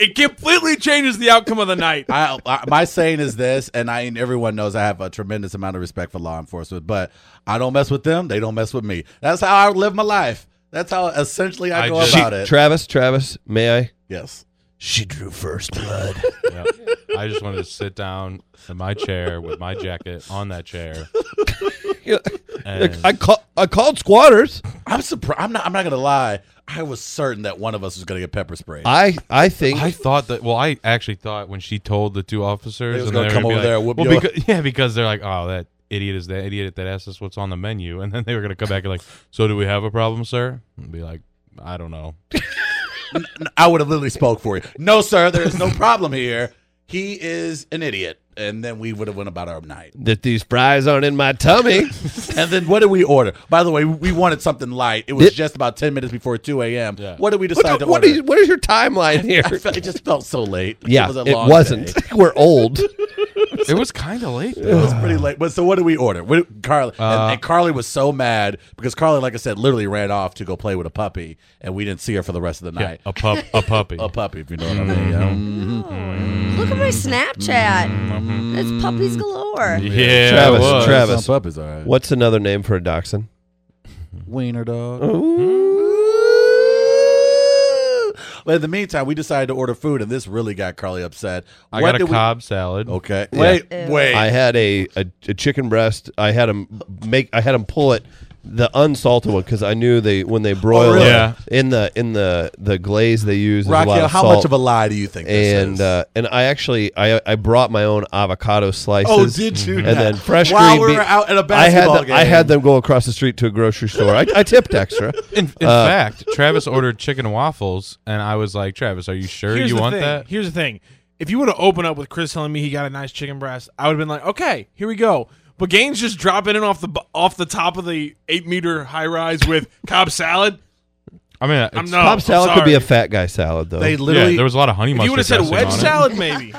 [SPEAKER 8] it completely changes the outcome of the night.
[SPEAKER 6] I, I my saying is this, and I and everyone knows I have a tremendous amount of respect for law enforcement, but I don't mess with them; they don't mess with me. That's how I live my life. That's how essentially I,
[SPEAKER 10] I
[SPEAKER 6] go
[SPEAKER 10] just-
[SPEAKER 6] about
[SPEAKER 10] She-
[SPEAKER 6] it.
[SPEAKER 7] Travis, Travis, may I
[SPEAKER 6] Yes.
[SPEAKER 7] She drew first blood.
[SPEAKER 10] Yep. I just wanted to sit down in my chair with my jacket on
[SPEAKER 6] [laughs]
[SPEAKER 10] that chair. And
[SPEAKER 7] I call, I called squatters.
[SPEAKER 6] I'm surprised. I'm not. I'm not gonna lie. I was certain that one of us was gonna get pepper sprayed.
[SPEAKER 7] I I think
[SPEAKER 10] I thought that. Well, I actually thought when she told the two
[SPEAKER 6] They
[SPEAKER 10] officers,
[SPEAKER 6] was
[SPEAKER 10] and they
[SPEAKER 6] gonna
[SPEAKER 10] were
[SPEAKER 6] come
[SPEAKER 10] be
[SPEAKER 6] over
[SPEAKER 10] like,
[SPEAKER 6] there and whoop
[SPEAKER 10] well,
[SPEAKER 6] you
[SPEAKER 10] becau- [laughs] yeah, because they're like, oh, that idiot is that idiot that asked us what's on the menu, [laughs] and then they were gonna come back and like, so do we have a problem, sir? And be like, I
[SPEAKER 6] [laughs]
[SPEAKER 10] don't know.
[SPEAKER 6] I would have literally spoke for you. No, sir. There is no problem here. He is an idiot. And then we would have went about our night.
[SPEAKER 7] that these fries aren't in my tummy.
[SPEAKER 6] And then what did we order? By the way, we wanted something light. It was
[SPEAKER 7] Did-
[SPEAKER 6] just about ten minutes before two a.m.
[SPEAKER 10] Yeah.
[SPEAKER 6] What did we decide
[SPEAKER 7] what,
[SPEAKER 6] to
[SPEAKER 7] do- what
[SPEAKER 6] order?
[SPEAKER 7] is, what is your timeline here?
[SPEAKER 6] I felt- it just felt so late.
[SPEAKER 7] yeah,
[SPEAKER 6] was a
[SPEAKER 7] it
[SPEAKER 6] long
[SPEAKER 7] wasn't.
[SPEAKER 6] day.
[SPEAKER 7] [laughs] We're old.
[SPEAKER 10] it was kind of late.
[SPEAKER 6] It was
[SPEAKER 7] [sighs]
[SPEAKER 6] pretty late. But so what did we order? What, Carly
[SPEAKER 7] Uh,
[SPEAKER 6] and, and Carly was so mad because Carly, like I said, literally ran off to go play with a puppy, and we didn't see her for the rest of the
[SPEAKER 10] Yeah,
[SPEAKER 6] night.
[SPEAKER 10] a pup, a puppy.
[SPEAKER 6] [laughs] A puppy, if you know what I mean. yeah.
[SPEAKER 7] Mm-hmm.
[SPEAKER 9] Look at my Snapchat. It's puppies galore.
[SPEAKER 10] yeah,
[SPEAKER 7] Travis,
[SPEAKER 10] it was.
[SPEAKER 7] Travis.
[SPEAKER 6] Some puppies, all right.
[SPEAKER 7] What's another name for a dachshund?
[SPEAKER 6] Wiener dog.
[SPEAKER 7] Ooh.
[SPEAKER 6] But in the meantime, we decided to order food, and this really got Carly upset.
[SPEAKER 10] I
[SPEAKER 6] What
[SPEAKER 10] got a
[SPEAKER 6] did we-
[SPEAKER 10] cob salad.
[SPEAKER 6] Okay. Wait,
[SPEAKER 9] Ew.
[SPEAKER 6] wait.
[SPEAKER 7] I had a, a, a chicken breast. I had him make. I had him pull it, the unsalted one, because I knew they when they broil
[SPEAKER 6] really?
[SPEAKER 7] it
[SPEAKER 10] Yeah.
[SPEAKER 7] in the in the the glaze they use. there's a lot
[SPEAKER 6] Raquel,
[SPEAKER 7] of
[SPEAKER 6] how
[SPEAKER 7] salt.
[SPEAKER 6] much of a lie do you think this
[SPEAKER 7] and
[SPEAKER 6] is?
[SPEAKER 7] uh, and I actually I I brought my own avocado slices.
[SPEAKER 6] oh, did you?
[SPEAKER 7] and
[SPEAKER 6] [laughs]
[SPEAKER 7] then fresh
[SPEAKER 6] While
[SPEAKER 7] green
[SPEAKER 6] we were
[SPEAKER 7] bean-
[SPEAKER 6] out at a
[SPEAKER 7] I had
[SPEAKER 6] basketball
[SPEAKER 7] them,
[SPEAKER 6] game.
[SPEAKER 7] I had them go across the street to a grocery store. I, I tipped
[SPEAKER 6] [laughs]
[SPEAKER 7] extra.
[SPEAKER 10] In, in
[SPEAKER 6] Uh,
[SPEAKER 10] fact, Travis ordered chicken and waffles, and I was like, Travis, are you sure
[SPEAKER 8] Here's
[SPEAKER 10] you
[SPEAKER 8] the
[SPEAKER 10] want
[SPEAKER 8] thing.
[SPEAKER 10] that?
[SPEAKER 8] Here's the thing. If you would have opened up with Chris telling me he got a nice chicken breast, I would have been like, okay, here we go. But Gaines just dropping in off the bu- off the top of the eight meter high rise with Cobb salad.
[SPEAKER 10] I mean, it's-
[SPEAKER 8] I'm not.
[SPEAKER 7] Pop salad could be a
[SPEAKER 8] sorry.
[SPEAKER 7] fat guy salad though.
[SPEAKER 6] they
[SPEAKER 10] Yeah,
[SPEAKER 6] literally
[SPEAKER 10] there was a lot of honey
[SPEAKER 8] If you would
[SPEAKER 10] mustard.
[SPEAKER 8] have said
[SPEAKER 10] dressing
[SPEAKER 8] wedge
[SPEAKER 10] on it.
[SPEAKER 8] salad, maybe.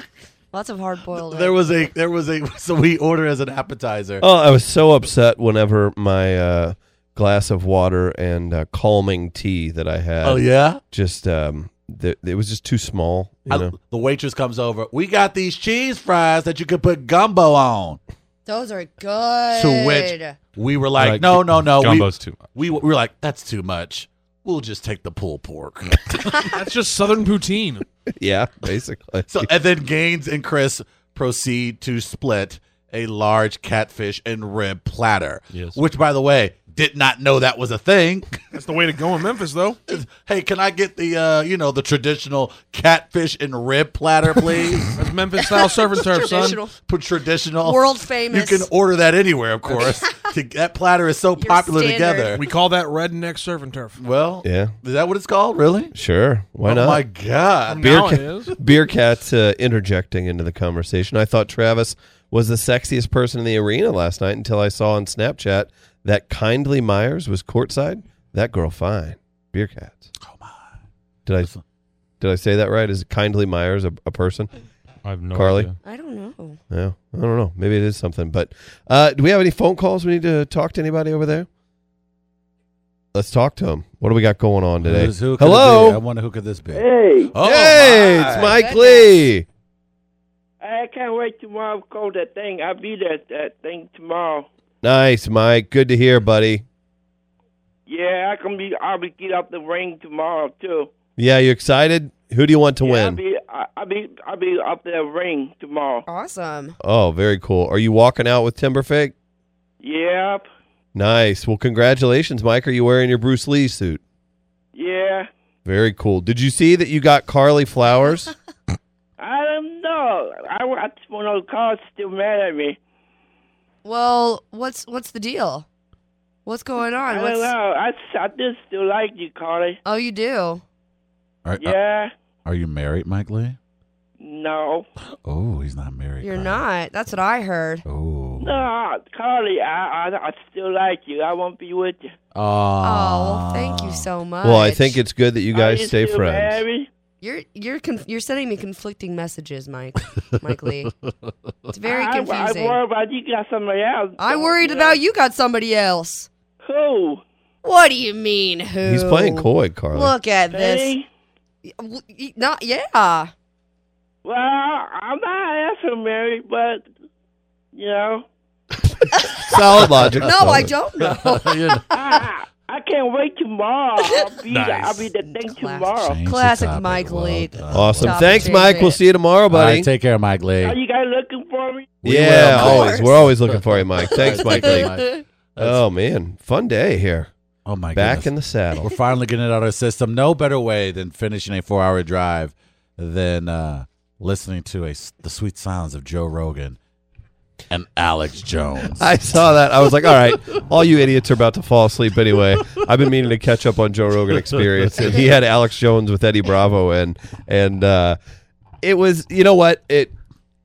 [SPEAKER 9] Lots of hard boiled.
[SPEAKER 6] there was a there was a [laughs] so we order as an appetizer.
[SPEAKER 7] Oh, I was so upset whenever my uh, glass of water and uh, calming tea that I had.
[SPEAKER 6] Oh, yeah.
[SPEAKER 7] Just um, th- it was just too small. You
[SPEAKER 6] I- [laughs]
[SPEAKER 7] know?
[SPEAKER 6] the waitress comes over. We got these cheese fries that you could put gumbo on.
[SPEAKER 9] Those are good.
[SPEAKER 6] To which we were like,
[SPEAKER 10] Like,
[SPEAKER 6] no, no, no.
[SPEAKER 10] Gumbo's
[SPEAKER 6] we,
[SPEAKER 10] too much.
[SPEAKER 6] We, we were like, that's too much. We'll just take the pulled pork.
[SPEAKER 8] That's just southern poutine.
[SPEAKER 7] yeah, [laughs] basically.
[SPEAKER 6] [laughs] so and then Gaines and Chris proceed to split a large catfish and rib platter.
[SPEAKER 10] Yes.
[SPEAKER 6] Which, by the way, did not know that was a thing. [laughs]
[SPEAKER 8] That's the way to go in Memphis, though.
[SPEAKER 6] hey, can I get the uh, you know the traditional catfish and rib platter,
[SPEAKER 10] [laughs]
[SPEAKER 6] please?
[SPEAKER 8] That's Memphis style surf and turf, son.
[SPEAKER 9] Traditional.
[SPEAKER 6] Put traditional
[SPEAKER 9] World famous.
[SPEAKER 6] You can order that anywhere,
[SPEAKER 9] [laughs]
[SPEAKER 6] of course. To- that platter is so popular
[SPEAKER 9] standard.
[SPEAKER 6] together.
[SPEAKER 8] We call that redneck surf and
[SPEAKER 6] [laughs]
[SPEAKER 8] turf.
[SPEAKER 6] well,
[SPEAKER 7] Yeah.
[SPEAKER 6] is that what it's called? Really?
[SPEAKER 7] Sure. Why
[SPEAKER 6] oh
[SPEAKER 7] not?
[SPEAKER 6] my god!
[SPEAKER 7] Beer
[SPEAKER 8] Now
[SPEAKER 7] ca-
[SPEAKER 8] it is.
[SPEAKER 7] Beer cat's uh, interjecting into the conversation. I thought Travis was the sexiest person in the arena last night until I saw on Snapchat that kindly Myers was courtside. That girl fine. Beer cats. Oh my. Did I did I say that right? Is kindly Myers a, a person?
[SPEAKER 10] I have no
[SPEAKER 7] Carly?
[SPEAKER 10] idea.
[SPEAKER 9] I don't know.
[SPEAKER 7] Yeah, I don't know. Maybe it is something. But uh, do we have any phone calls? We need to talk to anybody over there. Let's talk to him. What do we got going on today? Hello.
[SPEAKER 6] wonder who could this be.
[SPEAKER 11] Hey,
[SPEAKER 6] Oh,
[SPEAKER 7] hey, it's Mike Lee.
[SPEAKER 11] I can't wait tomorrow to call that thing. I'll be there at that thing tomorrow.
[SPEAKER 7] Nice, Mike. Good to hear, buddy.
[SPEAKER 11] Yeah, I can be. I'll be get up the ring tomorrow too.
[SPEAKER 7] Yeah, you excited? Who do you want to
[SPEAKER 11] Yeah, I'll
[SPEAKER 7] win?
[SPEAKER 11] be. I- I'll be. I'll be up there ring tomorrow.
[SPEAKER 9] Awesome.
[SPEAKER 7] oh, very cool. Are you walking out with Timberfake?
[SPEAKER 11] Yep.
[SPEAKER 7] Nice. Well, congratulations, Mike. Are you wearing your Bruce Lee suit?
[SPEAKER 11] Yeah.
[SPEAKER 7] Very cool. Did you see that you got Carly flowers?
[SPEAKER 11] I don't know. I, I just want to call. Still mad at me.
[SPEAKER 9] Well, what's what's the deal? What's going
[SPEAKER 11] I
[SPEAKER 9] on?
[SPEAKER 11] don't know.
[SPEAKER 9] What's,
[SPEAKER 11] I, I just still like you, Carly.
[SPEAKER 9] oh, you do.
[SPEAKER 6] Are, are,
[SPEAKER 11] Yeah.
[SPEAKER 6] are you married, Mike Lee?
[SPEAKER 11] uh, No.
[SPEAKER 6] Oh, he's not married.
[SPEAKER 9] You're
[SPEAKER 6] Carly.
[SPEAKER 9] not. That's what I heard.
[SPEAKER 6] Oh.
[SPEAKER 11] No, Ah, Carly. I, I I still like you. I won't be with you.
[SPEAKER 6] Oh.
[SPEAKER 9] Oh, well, thank you so much.
[SPEAKER 7] well, I think it's good that you
[SPEAKER 11] Are
[SPEAKER 7] guys stay
[SPEAKER 11] still
[SPEAKER 7] friends.
[SPEAKER 11] married?
[SPEAKER 9] you're you're conf- you're sending me conflicting messages, Mike. Mike Lee. It's
[SPEAKER 11] [laughs]
[SPEAKER 9] very
[SPEAKER 11] I, I,
[SPEAKER 9] confusing.
[SPEAKER 11] worry about you got somebody else.
[SPEAKER 9] I worried about you got somebody else.
[SPEAKER 11] Who?
[SPEAKER 9] What do you mean who?
[SPEAKER 7] He's playing coy, Carly.
[SPEAKER 9] Look at this.
[SPEAKER 11] Hey,
[SPEAKER 9] W- y- Not yeah.
[SPEAKER 11] well, I'm not asking Mary, but you know,
[SPEAKER 7] Solid logic. [laughs]
[SPEAKER 9] [laughs] No, I don't know.
[SPEAKER 11] [laughs]
[SPEAKER 6] [laughs] You're-
[SPEAKER 11] I, I can't wait tomorrow. I'll be,
[SPEAKER 7] Nice.
[SPEAKER 11] the, I'll be the thing tomorrow.
[SPEAKER 6] Change the topic. Well done.
[SPEAKER 7] Awesome. Thanks, Mike. We'll see you tomorrow,
[SPEAKER 6] All right,
[SPEAKER 7] buddy.
[SPEAKER 6] take care, Mike Lee.
[SPEAKER 11] Are you guys looking for me?
[SPEAKER 6] We will,
[SPEAKER 7] yeah,
[SPEAKER 6] Mike.
[SPEAKER 7] always. We're always looking for you, Mike. Thanks,
[SPEAKER 6] [laughs] That's
[SPEAKER 7] Mike
[SPEAKER 6] good,
[SPEAKER 7] Lee.
[SPEAKER 6] Mike.
[SPEAKER 7] Oh man, fun day here.
[SPEAKER 6] Oh my
[SPEAKER 7] Back
[SPEAKER 6] goodness.
[SPEAKER 7] in the saddle.
[SPEAKER 6] We're finally getting it out of our system. No better way than finishing a four-hour drive than uh, listening to a s the sweet sounds of Joe Rogan and Alex
[SPEAKER 7] [laughs]
[SPEAKER 6] Jones.
[SPEAKER 7] I saw that. I was like, all right, all you idiots are about to fall asleep anyway. I've been meaning to catch up on Joe Rogan
[SPEAKER 6] [laughs]
[SPEAKER 7] Experience, and he had Alex Jones with Eddie Bravo, and and uh, it was, you know what, it.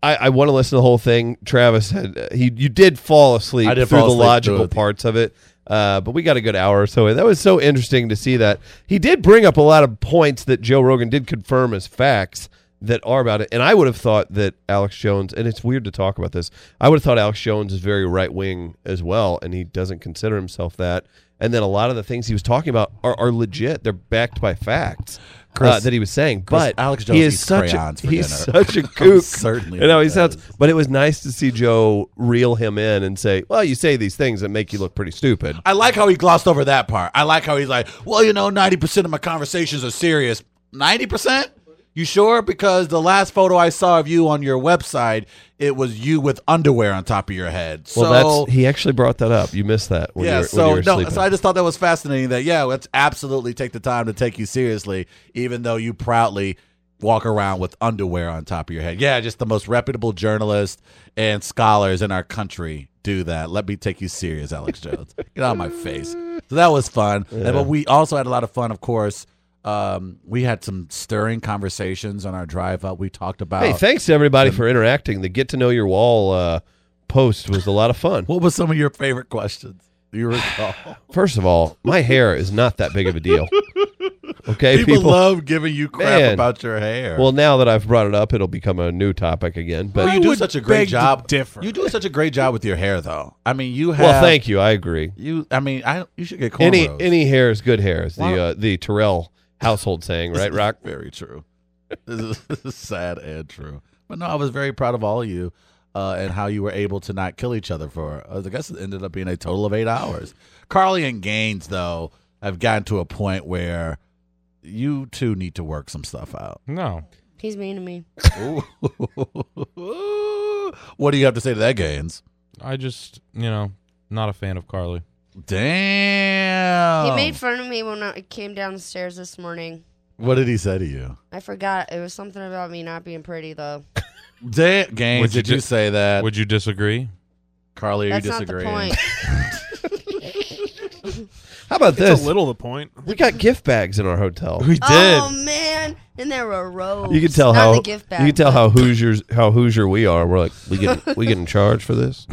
[SPEAKER 7] I, I want to listen to the whole thing. Travis had he you did fall asleep
[SPEAKER 6] I did
[SPEAKER 7] through
[SPEAKER 6] fall
[SPEAKER 7] the
[SPEAKER 6] asleep
[SPEAKER 7] logical
[SPEAKER 6] through it.
[SPEAKER 7] parts of it. Uh, but we got a good hour or so. in. That was so interesting to see that. He did bring up a lot of points that Joe Rogan did confirm as facts that are about it. And I would have thought that Alex Jones, and it's weird to talk about this, I would have thought Alex Jones is very right wing as well, and he doesn't consider himself that. And then a lot of the things he was talking about are, are legit. They're backed by facts uh,
[SPEAKER 6] Chris-
[SPEAKER 7] that he was saying.
[SPEAKER 6] Chris,
[SPEAKER 7] But
[SPEAKER 6] Alex
[SPEAKER 7] he
[SPEAKER 6] Jones
[SPEAKER 7] is
[SPEAKER 6] eats
[SPEAKER 7] such
[SPEAKER 6] crayons
[SPEAKER 7] a,
[SPEAKER 6] for
[SPEAKER 7] he's
[SPEAKER 6] dinner. [laughs]
[SPEAKER 7] such a kook.
[SPEAKER 6] Certainly
[SPEAKER 7] you know he
[SPEAKER 6] he
[SPEAKER 7] sounds.
[SPEAKER 6] does.
[SPEAKER 7] But it was nice to see Joe reel him in and say, "Well, you say these things that make you look pretty stupid."
[SPEAKER 6] I like how he glossed over that part. I like how he's like, well, you know, 90% of my conversations are serious. 90%? You sure? Because the last photo I saw of you on your website, it was you with underwear on top of your head. So,
[SPEAKER 7] Well, that's he actually brought that up. You missed that. When
[SPEAKER 6] yeah,
[SPEAKER 7] you were,
[SPEAKER 6] so
[SPEAKER 7] when you were
[SPEAKER 6] no,
[SPEAKER 7] sleeping.
[SPEAKER 6] so I just thought that was fascinating that, yeah, let's absolutely take the time to take you seriously, even though you proudly walk around with underwear on top of your head. Yeah, just the most reputable journalists and scholars in our country do that. Let me take you
[SPEAKER 7] [laughs]
[SPEAKER 6] serious, Alex Jones. Get out of my face. So that was fun. And- But we also had a lot of fun, of course. Um, we had some stirring conversations on our drive up. We talked about
[SPEAKER 7] Hey, thanks to everybody
[SPEAKER 6] Um,
[SPEAKER 7] for interacting. The get to know your wall uh, post was a lot of fun.
[SPEAKER 6] what was some of your favorite questions? Do you recall?
[SPEAKER 7] First of all, my hair is not that big of a
[SPEAKER 6] [laughs]
[SPEAKER 7] deal. Okay,
[SPEAKER 6] people, love giving you crap
[SPEAKER 7] Man.
[SPEAKER 6] about your hair.
[SPEAKER 7] Well, now that I've brought it up, it'll become a new topic again. But
[SPEAKER 6] But
[SPEAKER 8] I
[SPEAKER 6] you do
[SPEAKER 8] would
[SPEAKER 6] such a great
[SPEAKER 8] beg to
[SPEAKER 6] job.
[SPEAKER 8] differ.
[SPEAKER 6] You do such a great job with your hair, though. I mean, you have.
[SPEAKER 7] well, thank you. I agree.
[SPEAKER 6] You, I mean, I you should get cornrows.
[SPEAKER 7] Any any [laughs] hair is good hair is the
[SPEAKER 6] Wow.
[SPEAKER 7] uh, the Terrell household saying,
[SPEAKER 6] This
[SPEAKER 7] right,
[SPEAKER 6] is [laughs]
[SPEAKER 7] Rock?
[SPEAKER 6] Very true. This is, [laughs] this is sad and true. But no, I was very proud of all of you uh, and how you were able to not kill each other for. uh, I guess it ended up being a total of eight hours. Carly and Gaines, though, have gotten to a point where you two need to work some stuff out.
[SPEAKER 10] No.
[SPEAKER 9] He's mean to me.
[SPEAKER 6] [laughs] what do you have to say to that, Gaines?
[SPEAKER 10] I just, you know, not a fan of Carly.
[SPEAKER 6] Damn.
[SPEAKER 7] Oh.
[SPEAKER 9] He made fun of me when I came downstairs this morning.
[SPEAKER 6] What did he say to you?
[SPEAKER 9] I forgot. It was something about me not being pretty, though.
[SPEAKER 6] Da- Gaines,
[SPEAKER 10] Would you
[SPEAKER 6] did you
[SPEAKER 10] di-
[SPEAKER 6] say that?
[SPEAKER 10] Would you disagree?
[SPEAKER 6] Carly, are you
[SPEAKER 9] That's not the
[SPEAKER 6] disagreeing? [laughs]
[SPEAKER 9] point.
[SPEAKER 7] How about
[SPEAKER 8] It's a
[SPEAKER 7] this?
[SPEAKER 8] little the point.
[SPEAKER 7] We got gift bags in our hotel.
[SPEAKER 10] We did.
[SPEAKER 9] oh man, and there were rows.
[SPEAKER 7] You can tell
[SPEAKER 9] Not
[SPEAKER 7] how
[SPEAKER 9] the gift bag,
[SPEAKER 7] you can tell how
[SPEAKER 9] but-
[SPEAKER 7] Hoosiers how Hoosier we are. We're like we get we getting charged for
[SPEAKER 6] [laughs]
[SPEAKER 7] this.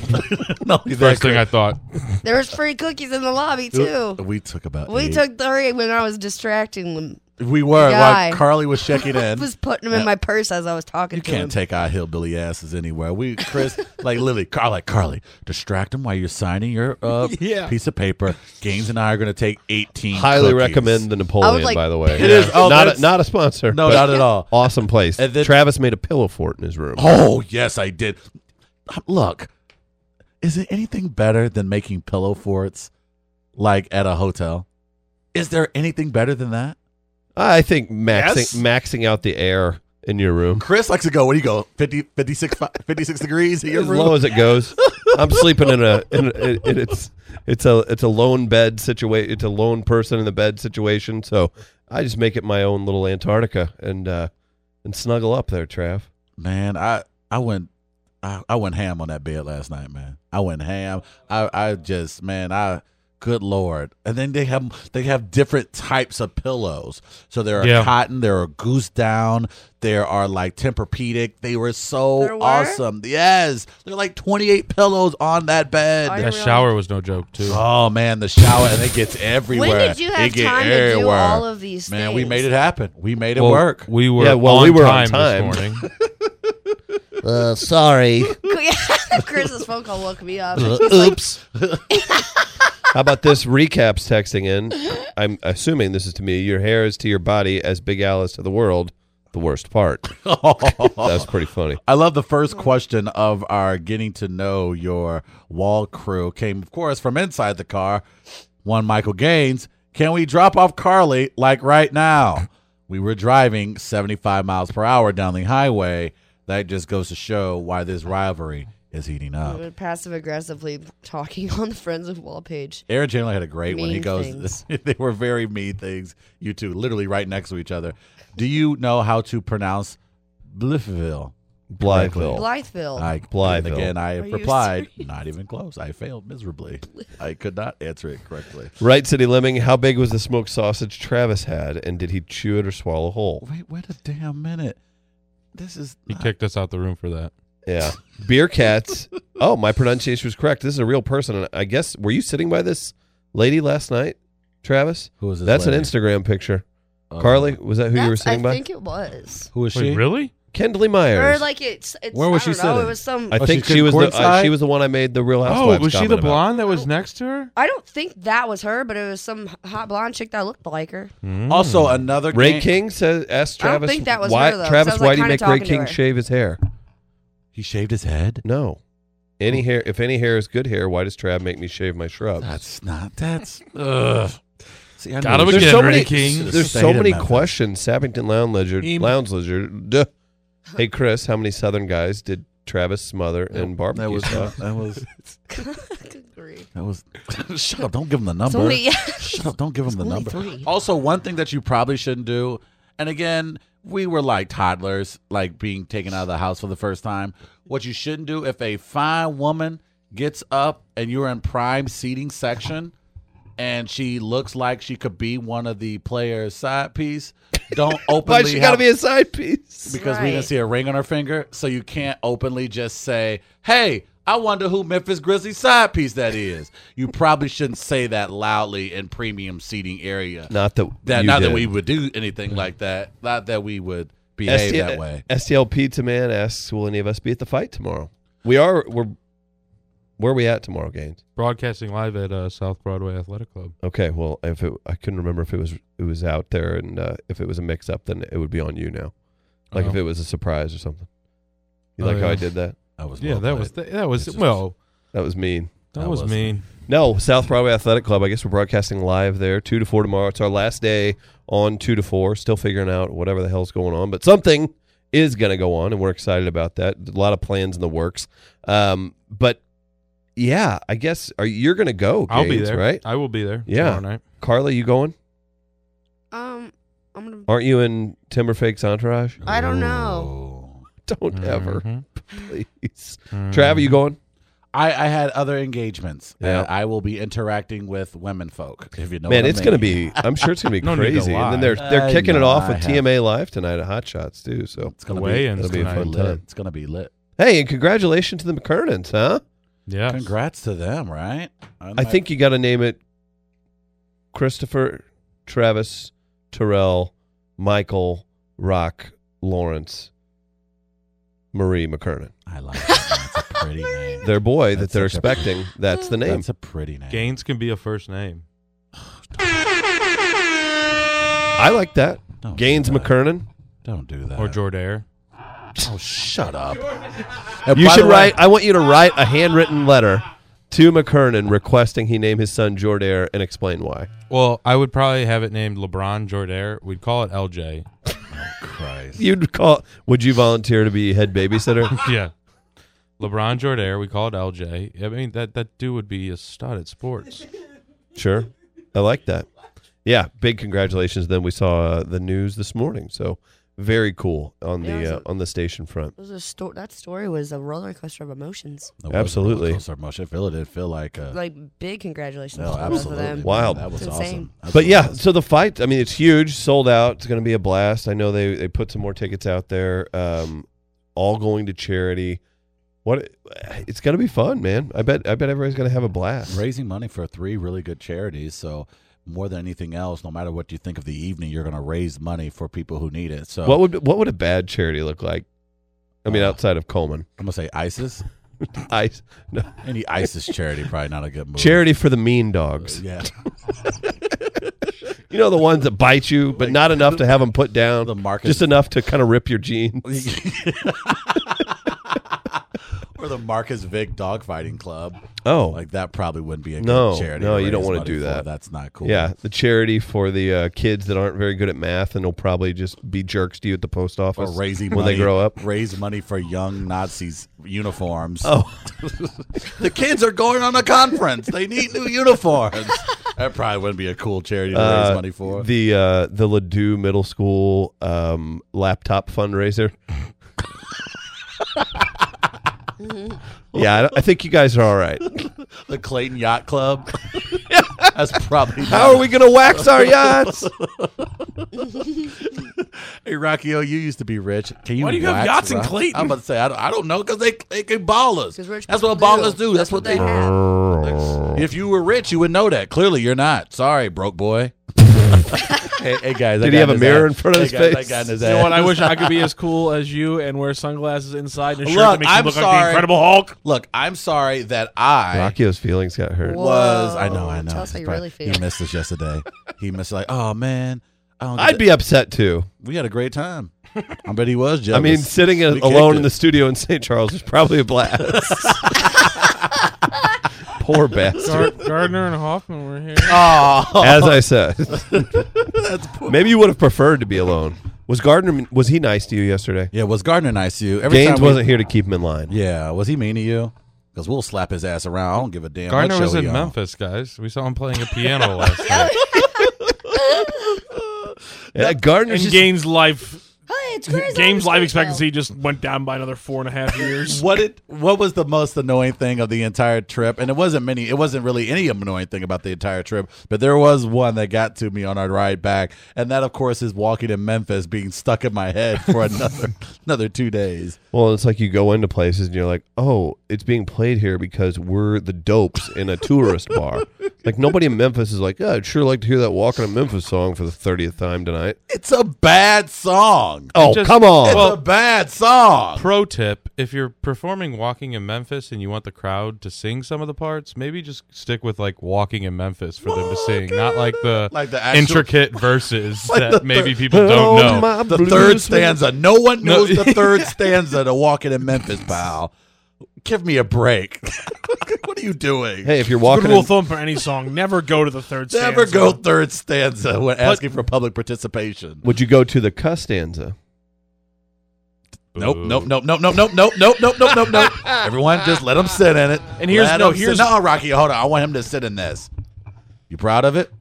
[SPEAKER 6] no, he's
[SPEAKER 10] First thing
[SPEAKER 6] accurate.
[SPEAKER 10] I thought.
[SPEAKER 9] there was free cookies in the lobby too.
[SPEAKER 6] We took about.
[SPEAKER 9] We
[SPEAKER 6] eight.
[SPEAKER 9] took three when I was distracting them.
[SPEAKER 6] We were
[SPEAKER 9] Guy.
[SPEAKER 6] while Carly was checking
[SPEAKER 9] [laughs]
[SPEAKER 6] in.
[SPEAKER 9] was putting them in my purse as I was talking
[SPEAKER 6] you
[SPEAKER 9] to
[SPEAKER 6] can't
[SPEAKER 9] him.
[SPEAKER 6] take our hillbilly asses anywhere. We, Chris, like literally, Car- like Carly, distract him while you're signing your
[SPEAKER 9] [laughs]
[SPEAKER 6] uh,
[SPEAKER 8] Yeah.
[SPEAKER 6] piece of paper. Gaines and I are going to take 18.
[SPEAKER 7] Highly
[SPEAKER 6] cookies.
[SPEAKER 7] recommend the
[SPEAKER 9] I
[SPEAKER 7] Napoleon,
[SPEAKER 9] was like-
[SPEAKER 7] by the
[SPEAKER 9] [laughs]
[SPEAKER 7] way.
[SPEAKER 6] It is- oh,
[SPEAKER 7] not
[SPEAKER 6] that's-
[SPEAKER 7] a, not a sponsor.
[SPEAKER 6] No,
[SPEAKER 7] but
[SPEAKER 6] not at all.
[SPEAKER 7] Awesome place.
[SPEAKER 6] And then-
[SPEAKER 7] Travis made a pillow fort in his room.
[SPEAKER 6] Oh yes, I did. Uh, Look, is it anything better than making pillow forts like at a hotel? Is there anything better than that?
[SPEAKER 7] I think maxing
[SPEAKER 6] Yes?
[SPEAKER 7] maxing out the air in your room
[SPEAKER 6] Chris likes to go. What do you go? 50, 56, fi- 56 degrees in your
[SPEAKER 7] as
[SPEAKER 6] room.
[SPEAKER 7] low as it goes. I'm sleeping in a, in a it, it's it's a it's a lone bed situation. It's a lone person in the bed situation. So I just make it my own little Antarctica and uh, and snuggle up there, Trav.
[SPEAKER 6] man, I I went I, I went ham on that bed last night, man. I went ham. I I just man, I good lord. And then they have they have different types of pillows. So there are
[SPEAKER 10] Yeah.
[SPEAKER 6] cotton, there are goose down, there are like Tempur-Pedic. They were so
[SPEAKER 9] There were?
[SPEAKER 6] awesome. Yes, there are like twenty eight pillows on that bed.
[SPEAKER 9] I
[SPEAKER 10] That
[SPEAKER 9] realized-
[SPEAKER 10] shower was no joke, too.
[SPEAKER 6] Oh man, the shower and it gets everywhere.
[SPEAKER 9] When did you have
[SPEAKER 6] It get
[SPEAKER 9] time to do
[SPEAKER 6] everywhere.
[SPEAKER 9] all of these things?
[SPEAKER 6] Man, we
[SPEAKER 9] [laughs]
[SPEAKER 6] made it happen. We made it
[SPEAKER 10] Well, [laughs]
[SPEAKER 6] work.
[SPEAKER 10] We were
[SPEAKER 7] Yeah, well,
[SPEAKER 10] on
[SPEAKER 7] we were on time.
[SPEAKER 10] time, this morning.
[SPEAKER 7] Uh, sorry.
[SPEAKER 6] [laughs]
[SPEAKER 9] Chris's phone call woke me up.
[SPEAKER 7] Oops. How about this? Recaps texting in. I'm assuming this is to me. Your hair is to your body as Big Al is to the world. The worst part. That's pretty funny.
[SPEAKER 6] [laughs] I love the first question of our getting to know your wall crew came, of course, from inside the car. one Michael Gaines. Can we drop off Carly like right now? We were driving 75 miles per hour down the highway. That just goes to show why this rivalry is heating up.
[SPEAKER 9] Passive aggressively talking on the friends of wall page.
[SPEAKER 6] Aaron Chandler had a great one. He
[SPEAKER 9] Mean
[SPEAKER 6] goes,
[SPEAKER 9] things.
[SPEAKER 6] [laughs] they were very mean things. You two, literally right next to each other. Do you know how to pronounce Blytheville?
[SPEAKER 7] Blytheville.
[SPEAKER 9] Blytheville.
[SPEAKER 6] Oh, I,
[SPEAKER 7] Blytheville.
[SPEAKER 6] And again, I
[SPEAKER 9] Are you
[SPEAKER 6] replied, not even close. I failed miserably.
[SPEAKER 9] [laughs]
[SPEAKER 6] I could not answer it correctly.
[SPEAKER 7] Right, City Lemming. How big was the smoked sausage Travis had, and did he chew it or swallow whole?
[SPEAKER 6] Oh, Wait, wait a damn minute. This is
[SPEAKER 10] He kicked us out the room for that.
[SPEAKER 7] Yeah. Beer cats. Oh, my pronunciation was correct. This is a real person. And I guess were you sitting by this lady last night, Travis?
[SPEAKER 6] Who was this
[SPEAKER 7] That's
[SPEAKER 6] lady?
[SPEAKER 7] an Instagram picture.
[SPEAKER 6] Oh.
[SPEAKER 7] Carly, was that who you were
[SPEAKER 9] That's-
[SPEAKER 7] sitting
[SPEAKER 9] I
[SPEAKER 7] by?
[SPEAKER 9] think it was.
[SPEAKER 6] Who is
[SPEAKER 10] Wait,
[SPEAKER 6] she?
[SPEAKER 10] really?
[SPEAKER 7] Kendley
[SPEAKER 9] Or
[SPEAKER 7] Myers.
[SPEAKER 9] like it's. it's
[SPEAKER 6] Where was
[SPEAKER 9] I
[SPEAKER 6] she
[SPEAKER 9] don't know,
[SPEAKER 6] sitting?
[SPEAKER 9] It was some.
[SPEAKER 7] I
[SPEAKER 6] Oh,
[SPEAKER 7] think
[SPEAKER 6] she's
[SPEAKER 7] she was the uh,
[SPEAKER 6] courtside?
[SPEAKER 7] she was the one I made the Real Housewives.
[SPEAKER 10] Oh, was she the
[SPEAKER 7] comment about.
[SPEAKER 10] blonde that was next to her?
[SPEAKER 9] I don't think that was her, but it was some hot blonde chick that looked like her.
[SPEAKER 6] Also, another
[SPEAKER 7] Mm. Ray
[SPEAKER 6] gang-
[SPEAKER 7] King says, asked
[SPEAKER 9] I don't
[SPEAKER 7] Travis,
[SPEAKER 9] think that was
[SPEAKER 7] why,
[SPEAKER 9] her, though, 'cause
[SPEAKER 7] Travis,
[SPEAKER 9] I was,
[SPEAKER 7] why
[SPEAKER 9] like,
[SPEAKER 7] do you
[SPEAKER 9] kinda
[SPEAKER 7] make Ray
[SPEAKER 9] talking to
[SPEAKER 7] King
[SPEAKER 9] her."
[SPEAKER 7] shave his hair?
[SPEAKER 6] He shaved his head.
[SPEAKER 7] No. Any hair, if any hair is good hair, why does Trav make me shave my shrubs?
[SPEAKER 6] That's not. That's. ugh. See, I
[SPEAKER 10] Got
[SPEAKER 6] know
[SPEAKER 10] him
[SPEAKER 6] this-
[SPEAKER 10] again.
[SPEAKER 7] there's so
[SPEAKER 10] Ray
[SPEAKER 7] many,
[SPEAKER 10] King.
[SPEAKER 7] there's
[SPEAKER 6] State
[SPEAKER 7] so
[SPEAKER 6] of
[SPEAKER 7] many
[SPEAKER 6] Memphis.
[SPEAKER 7] questions. Sappington Lounge Lizard,
[SPEAKER 8] Eam.
[SPEAKER 7] Lounge Lizard. Duh. Hey Chris, how many Southern guys did Travis smother and barbecue?
[SPEAKER 6] That was. uh,
[SPEAKER 7] sauce?
[SPEAKER 6] That was.
[SPEAKER 9] Good grief. [laughs]
[SPEAKER 6] That was. shut up! Don't give him the number.
[SPEAKER 9] It's only,
[SPEAKER 6] Shut up! Don't give him the
[SPEAKER 9] only
[SPEAKER 6] number.
[SPEAKER 9] three.
[SPEAKER 6] Also, one thing that you probably shouldn't do, and again, we were like toddlers, like being taken out of the house for the first time. What you shouldn't do if a fine woman gets up and you're in prime seating section, and she looks like she could be one of the player's side piece.
[SPEAKER 9] [laughs]
[SPEAKER 6] Don't openly.
[SPEAKER 7] Why she
[SPEAKER 6] have-
[SPEAKER 7] got to be a side piece?
[SPEAKER 6] [laughs] because we didn't
[SPEAKER 9] Right.
[SPEAKER 6] see a ring on her finger, so you can't openly just say, "Hey, I wonder who Memphis Grizzlies side piece that is." You probably shouldn't say that loudly in premium seating area.
[SPEAKER 7] Not that
[SPEAKER 6] that
[SPEAKER 7] you
[SPEAKER 6] not
[SPEAKER 7] did.
[SPEAKER 6] that we would do anything like that. Not that we would behave
[SPEAKER 7] STL,
[SPEAKER 6] that way.
[SPEAKER 7] STL Pizza Man asks, "Will any of us be at the fight tomorrow?" We are. We're. Where are we at tomorrow, Gaines?
[SPEAKER 10] Broadcasting live at uh, South Broadway Athletic Club.
[SPEAKER 7] Okay. Well, if it, I couldn't remember if it was it was out there and uh, if it was a mix up, then it would be on you now. Like if
[SPEAKER 10] Oh.
[SPEAKER 7] it was a surprise or something. You
[SPEAKER 10] Oh,
[SPEAKER 7] like how
[SPEAKER 10] yeah.
[SPEAKER 7] I did that?
[SPEAKER 6] That was
[SPEAKER 10] Yeah,
[SPEAKER 6] well
[SPEAKER 10] that
[SPEAKER 6] played.
[SPEAKER 10] was that was
[SPEAKER 6] It's just-
[SPEAKER 10] well,
[SPEAKER 7] That was mean.
[SPEAKER 10] that,
[SPEAKER 6] That
[SPEAKER 10] was,
[SPEAKER 6] was-
[SPEAKER 10] mean.
[SPEAKER 7] No, South Broadway Athletic Club. I guess we're broadcasting live there, two to four tomorrow. It's our last day on two to four. Still figuring out whatever the hell's going on, but something is going to go on, and we're excited about that. A lot of plans in the works. Um, but yeah, I guess are, you're going to go.
[SPEAKER 10] I'll be
[SPEAKER 7] Gaines,
[SPEAKER 10] there.
[SPEAKER 7] right?
[SPEAKER 10] I will be there.
[SPEAKER 7] Yeah.
[SPEAKER 10] tomorrow night.
[SPEAKER 7] Carly, you going?
[SPEAKER 9] um, I'm gonna.
[SPEAKER 7] Aren't you in Timberfake's entourage? [laughs]
[SPEAKER 9] I don't know.
[SPEAKER 6] Oh.
[SPEAKER 7] Don't ever,
[SPEAKER 10] Mhm.
[SPEAKER 7] please.
[SPEAKER 10] Mm-hmm.
[SPEAKER 7] Trav, are you going?
[SPEAKER 6] I, I had other engagements.
[SPEAKER 7] Yeah.
[SPEAKER 6] and I will be interacting with women folk. If you know,
[SPEAKER 7] Man,
[SPEAKER 6] what I
[SPEAKER 7] it's going to
[SPEAKER 6] mean.
[SPEAKER 7] be. I'm sure it's going to be
[SPEAKER 10] [laughs] No need to
[SPEAKER 7] crazy. and then
[SPEAKER 10] lie.
[SPEAKER 7] they're they're
[SPEAKER 6] I
[SPEAKER 7] kicking it
[SPEAKER 6] know,
[SPEAKER 7] off
[SPEAKER 6] I
[SPEAKER 7] with
[SPEAKER 6] have-
[SPEAKER 7] TMA Live tonight at Hot Shots too. So
[SPEAKER 6] It's gonna
[SPEAKER 10] The
[SPEAKER 6] be-
[SPEAKER 10] weigh-ins
[SPEAKER 6] It'll be a fun
[SPEAKER 10] tonight.
[SPEAKER 6] time. It's gonna be lit.
[SPEAKER 7] hey, and congratulations to the McKernans, huh?
[SPEAKER 10] Yeah.
[SPEAKER 6] Congrats to them, right?
[SPEAKER 7] I think you got to name it Christopher, Travis, Terrell, Michael, Rock, Lawrence, Marie McKernan.
[SPEAKER 6] I like it. That's a
[SPEAKER 7] [laughs]
[SPEAKER 6] pretty name.
[SPEAKER 7] Their boy that
[SPEAKER 6] That's
[SPEAKER 7] they're
[SPEAKER 6] such a-
[SPEAKER 7] expecting. That's the name.
[SPEAKER 6] That's a pretty name.
[SPEAKER 10] Gaines can be a first name.
[SPEAKER 7] I like that.
[SPEAKER 6] Don't
[SPEAKER 7] Gaines
[SPEAKER 6] do that.
[SPEAKER 7] McKernan.
[SPEAKER 6] Don't do that.
[SPEAKER 10] Or Jordair.
[SPEAKER 6] Oh, shut up. Uh,
[SPEAKER 7] You should write. I want you to write a handwritten letter to McKernan requesting he name his son Jordair and explain why.
[SPEAKER 10] Well, I would probably have it named LeBron Jordair. We'd call it LJ.
[SPEAKER 6] Christ.
[SPEAKER 7] You'd call. Would you volunteer to be head babysitter?
[SPEAKER 10] yeah. LeBron Jordair, we call it LJ. I mean that that dude would be a stud at [laughs] sports.
[SPEAKER 7] Sure. I like that. Yeah, big congratulations. Then we saw uh, the news this morning, so very cool on
[SPEAKER 9] Yeah, it was
[SPEAKER 7] the uh,
[SPEAKER 9] a-
[SPEAKER 7] on the station front.
[SPEAKER 9] It was a sto- that story was a roller coaster of emotions.
[SPEAKER 6] That was a
[SPEAKER 7] Absolutely.
[SPEAKER 6] roller coaster motion. I feel it did feel like a.
[SPEAKER 9] Like big congratulations
[SPEAKER 6] no,
[SPEAKER 9] to both of
[SPEAKER 6] absolutely.
[SPEAKER 9] them.
[SPEAKER 7] Wow.
[SPEAKER 6] That was
[SPEAKER 9] It's
[SPEAKER 6] awesome.
[SPEAKER 9] insane.
[SPEAKER 6] That's
[SPEAKER 7] But yeah,
[SPEAKER 6] awesome.
[SPEAKER 7] so the fight. I mean, it's huge, sold out. It's going to be a blast. I know they they put some more tickets out there. Um, all going to charity. What? It's going to be fun, man. I bet. I bet everybody's going to have a blast.
[SPEAKER 6] raising money for three really good charities. So more than anything else, no matter what you think of the evening, you're going to raise money for people who need it. So
[SPEAKER 7] What would what would a bad charity look like? I mean,
[SPEAKER 6] Uh,
[SPEAKER 7] outside of Coleman,
[SPEAKER 6] I'm going to say ISIS.
[SPEAKER 7] I no,
[SPEAKER 6] Any ISIS charity, probably not a good move.
[SPEAKER 7] charity for the mean dogs.
[SPEAKER 6] Yeah. [laughs]
[SPEAKER 7] You know the ones that bite you, but not enough to have them put down.
[SPEAKER 6] The market. Oh,
[SPEAKER 7] just enough to kind of rip your jeans.
[SPEAKER 6] Or the Marcus Vick Dogfighting Club.
[SPEAKER 7] Oh,
[SPEAKER 6] like that probably wouldn't be a good
[SPEAKER 7] no,
[SPEAKER 6] charity.
[SPEAKER 7] No,
[SPEAKER 6] to
[SPEAKER 7] you don't
[SPEAKER 6] raise
[SPEAKER 7] want to
[SPEAKER 6] money
[SPEAKER 7] do
[SPEAKER 6] for.
[SPEAKER 7] that.
[SPEAKER 6] That's not cool.
[SPEAKER 7] Yeah, the charity for the uh, kids that aren't very good at math and will probably just be jerks to you at the post
[SPEAKER 6] Or
[SPEAKER 7] office
[SPEAKER 6] raising
[SPEAKER 7] when
[SPEAKER 6] money,
[SPEAKER 7] they grow up.
[SPEAKER 6] raise money for young Nazis uniforms.
[SPEAKER 7] Oh.
[SPEAKER 6] [laughs] the kids are going on a conference. They need
[SPEAKER 7] [laughs]
[SPEAKER 6] new uniforms. That probably wouldn't be a cool charity to raise
[SPEAKER 7] Uh,
[SPEAKER 6] money for.
[SPEAKER 7] the uh, the Ladue Middle School um, laptop
[SPEAKER 6] [laughs]
[SPEAKER 7] fundraiser. yeah, I, don't- I think you guys are all right.
[SPEAKER 6] the Clayton Yacht Club.
[SPEAKER 7] [laughs]
[SPEAKER 6] That's probably.
[SPEAKER 7] How
[SPEAKER 6] not-
[SPEAKER 7] are we gonna wax our
[SPEAKER 6] [laughs]
[SPEAKER 7] yachts?
[SPEAKER 6] hey, Rocky O, you used to be rich. Can you?
[SPEAKER 8] Why do you have
[SPEAKER 6] wax
[SPEAKER 8] yachts in
[SPEAKER 6] Rocky-
[SPEAKER 8] Clayton?
[SPEAKER 6] I'm about to say I don't, I don't know because they they can ballers.
[SPEAKER 9] 'Cause rich
[SPEAKER 6] That's what
[SPEAKER 9] people
[SPEAKER 6] ballers do. That's what they.
[SPEAKER 9] have.
[SPEAKER 6] If you were rich, you would know that. Clearly, you're not. Sorry,
[SPEAKER 7] [laughs]
[SPEAKER 6] broke boy. hey, hey, guys,
[SPEAKER 7] Did
[SPEAKER 6] I
[SPEAKER 7] he have
[SPEAKER 6] got
[SPEAKER 7] a
[SPEAKER 6] in his
[SPEAKER 7] mirror
[SPEAKER 6] ass.
[SPEAKER 7] in front of
[SPEAKER 6] Hey,
[SPEAKER 7] his
[SPEAKER 6] guys, I
[SPEAKER 7] face?
[SPEAKER 6] got in his
[SPEAKER 8] You know
[SPEAKER 6] [laughs] ass.
[SPEAKER 8] what? I wish I could be as cool as you and wear sunglasses inside and a shirt
[SPEAKER 6] Look,
[SPEAKER 8] that makes you
[SPEAKER 6] I'm
[SPEAKER 8] look like
[SPEAKER 6] sorry.
[SPEAKER 8] the Incredible Hulk.
[SPEAKER 6] Look, I'm sorry that I
[SPEAKER 7] Rocchio's feelings got hurt.
[SPEAKER 9] Whoa.
[SPEAKER 6] was. I know, I know.
[SPEAKER 9] Tell us how
[SPEAKER 6] He's
[SPEAKER 9] you
[SPEAKER 6] probably-
[SPEAKER 9] really feel.
[SPEAKER 6] He missed us yesterday. he missed like, oh man, I don't get
[SPEAKER 7] I'd
[SPEAKER 6] to-
[SPEAKER 7] be upset too.
[SPEAKER 6] We had a great time. I bet he was
[SPEAKER 7] [laughs]
[SPEAKER 6] jealous.
[SPEAKER 7] I mean, sitting
[SPEAKER 6] We
[SPEAKER 7] a-
[SPEAKER 6] kicked
[SPEAKER 7] alone in
[SPEAKER 6] it.
[SPEAKER 7] the studio in St. Charles is probably a
[SPEAKER 6] [laughs]
[SPEAKER 7] blast. Poor bastard.
[SPEAKER 8] Gar- Gardner and Hoffman were here.
[SPEAKER 6] Aw.
[SPEAKER 7] [laughs] As I
[SPEAKER 6] [laughs]
[SPEAKER 7] said, maybe you would have preferred to be alone. Was Gardner? Was he nice to you yesterday?
[SPEAKER 6] Yeah, was Gardner nice to you? Every
[SPEAKER 7] Gaines
[SPEAKER 6] time we-
[SPEAKER 7] wasn't here to keep him in line.
[SPEAKER 6] Yeah, was he mean to you? Because we'll slap his ass around. I don't give a damn.
[SPEAKER 10] Gardner
[SPEAKER 6] what
[SPEAKER 10] was
[SPEAKER 6] show
[SPEAKER 10] in
[SPEAKER 6] he on.
[SPEAKER 10] Memphis, guys. We saw him playing a piano last
[SPEAKER 7] [laughs]
[SPEAKER 10] night.
[SPEAKER 7] Yeah, Uh, Gardner's
[SPEAKER 8] and
[SPEAKER 7] just-
[SPEAKER 8] Gaines' life,
[SPEAKER 9] Hey,
[SPEAKER 6] [laughs]
[SPEAKER 9] it's Grizzlies,
[SPEAKER 8] Gaines' life
[SPEAKER 9] Grizzlies.
[SPEAKER 8] expectancy just went down by another four and a half years.
[SPEAKER 6] [laughs] What it? What was the most annoying thing of the entire trip? And it wasn't many. It wasn't really any annoying thing about the entire trip, but there was one that got to me on our ride back, and that, of course, is walking in Memphis being stuck in my head for [laughs] another another two days.
[SPEAKER 7] Well, it's like you go into places and you're like, oh, it's being played here because we're the dopes in a tourist
[SPEAKER 6] [laughs]
[SPEAKER 7] bar. Like nobody in Memphis is like, yeah, I'd sure like to hear that "Walking in Memphis" song for the thirtieth time tonight.
[SPEAKER 6] It's a bad song.
[SPEAKER 7] Oh,
[SPEAKER 10] just-
[SPEAKER 7] come on!
[SPEAKER 6] It's
[SPEAKER 10] well-
[SPEAKER 6] a bad song.
[SPEAKER 10] Pro tip: If you're performing "Walking in Memphis" and you want the crowd to sing some of the parts, maybe just stick with like "Walking in Memphis" for them to sing, not like the
[SPEAKER 6] Like the actual- [laughs]
[SPEAKER 10] intricate verses that
[SPEAKER 6] the
[SPEAKER 10] maybe people
[SPEAKER 7] Oh,
[SPEAKER 10] don't know.
[SPEAKER 7] my
[SPEAKER 6] The
[SPEAKER 7] blues man.
[SPEAKER 6] third stanza. No one
[SPEAKER 10] No.
[SPEAKER 6] knows the third stanza to walking in Memphis, pal. Give me a break. [laughs] what are you doing?
[SPEAKER 7] Hey, if you're
[SPEAKER 8] Good
[SPEAKER 7] walking,
[SPEAKER 8] rule
[SPEAKER 7] in,
[SPEAKER 8] of thumb for any song: never go to the third.
[SPEAKER 6] Never
[SPEAKER 8] stanza.
[SPEAKER 6] go third stanza when asking for public participation.
[SPEAKER 7] would you go to the cuss stanza?
[SPEAKER 6] Nope, nope, nope, nope, nope, nope, nope, nope, nope, nope, nope, nope. Everyone, just let him sit in it.
[SPEAKER 8] And here's-
[SPEAKER 6] Let
[SPEAKER 8] no,
[SPEAKER 6] him sit-
[SPEAKER 8] here's-
[SPEAKER 6] no, Rocky. Hold on, I want him to sit in this. You proud of it?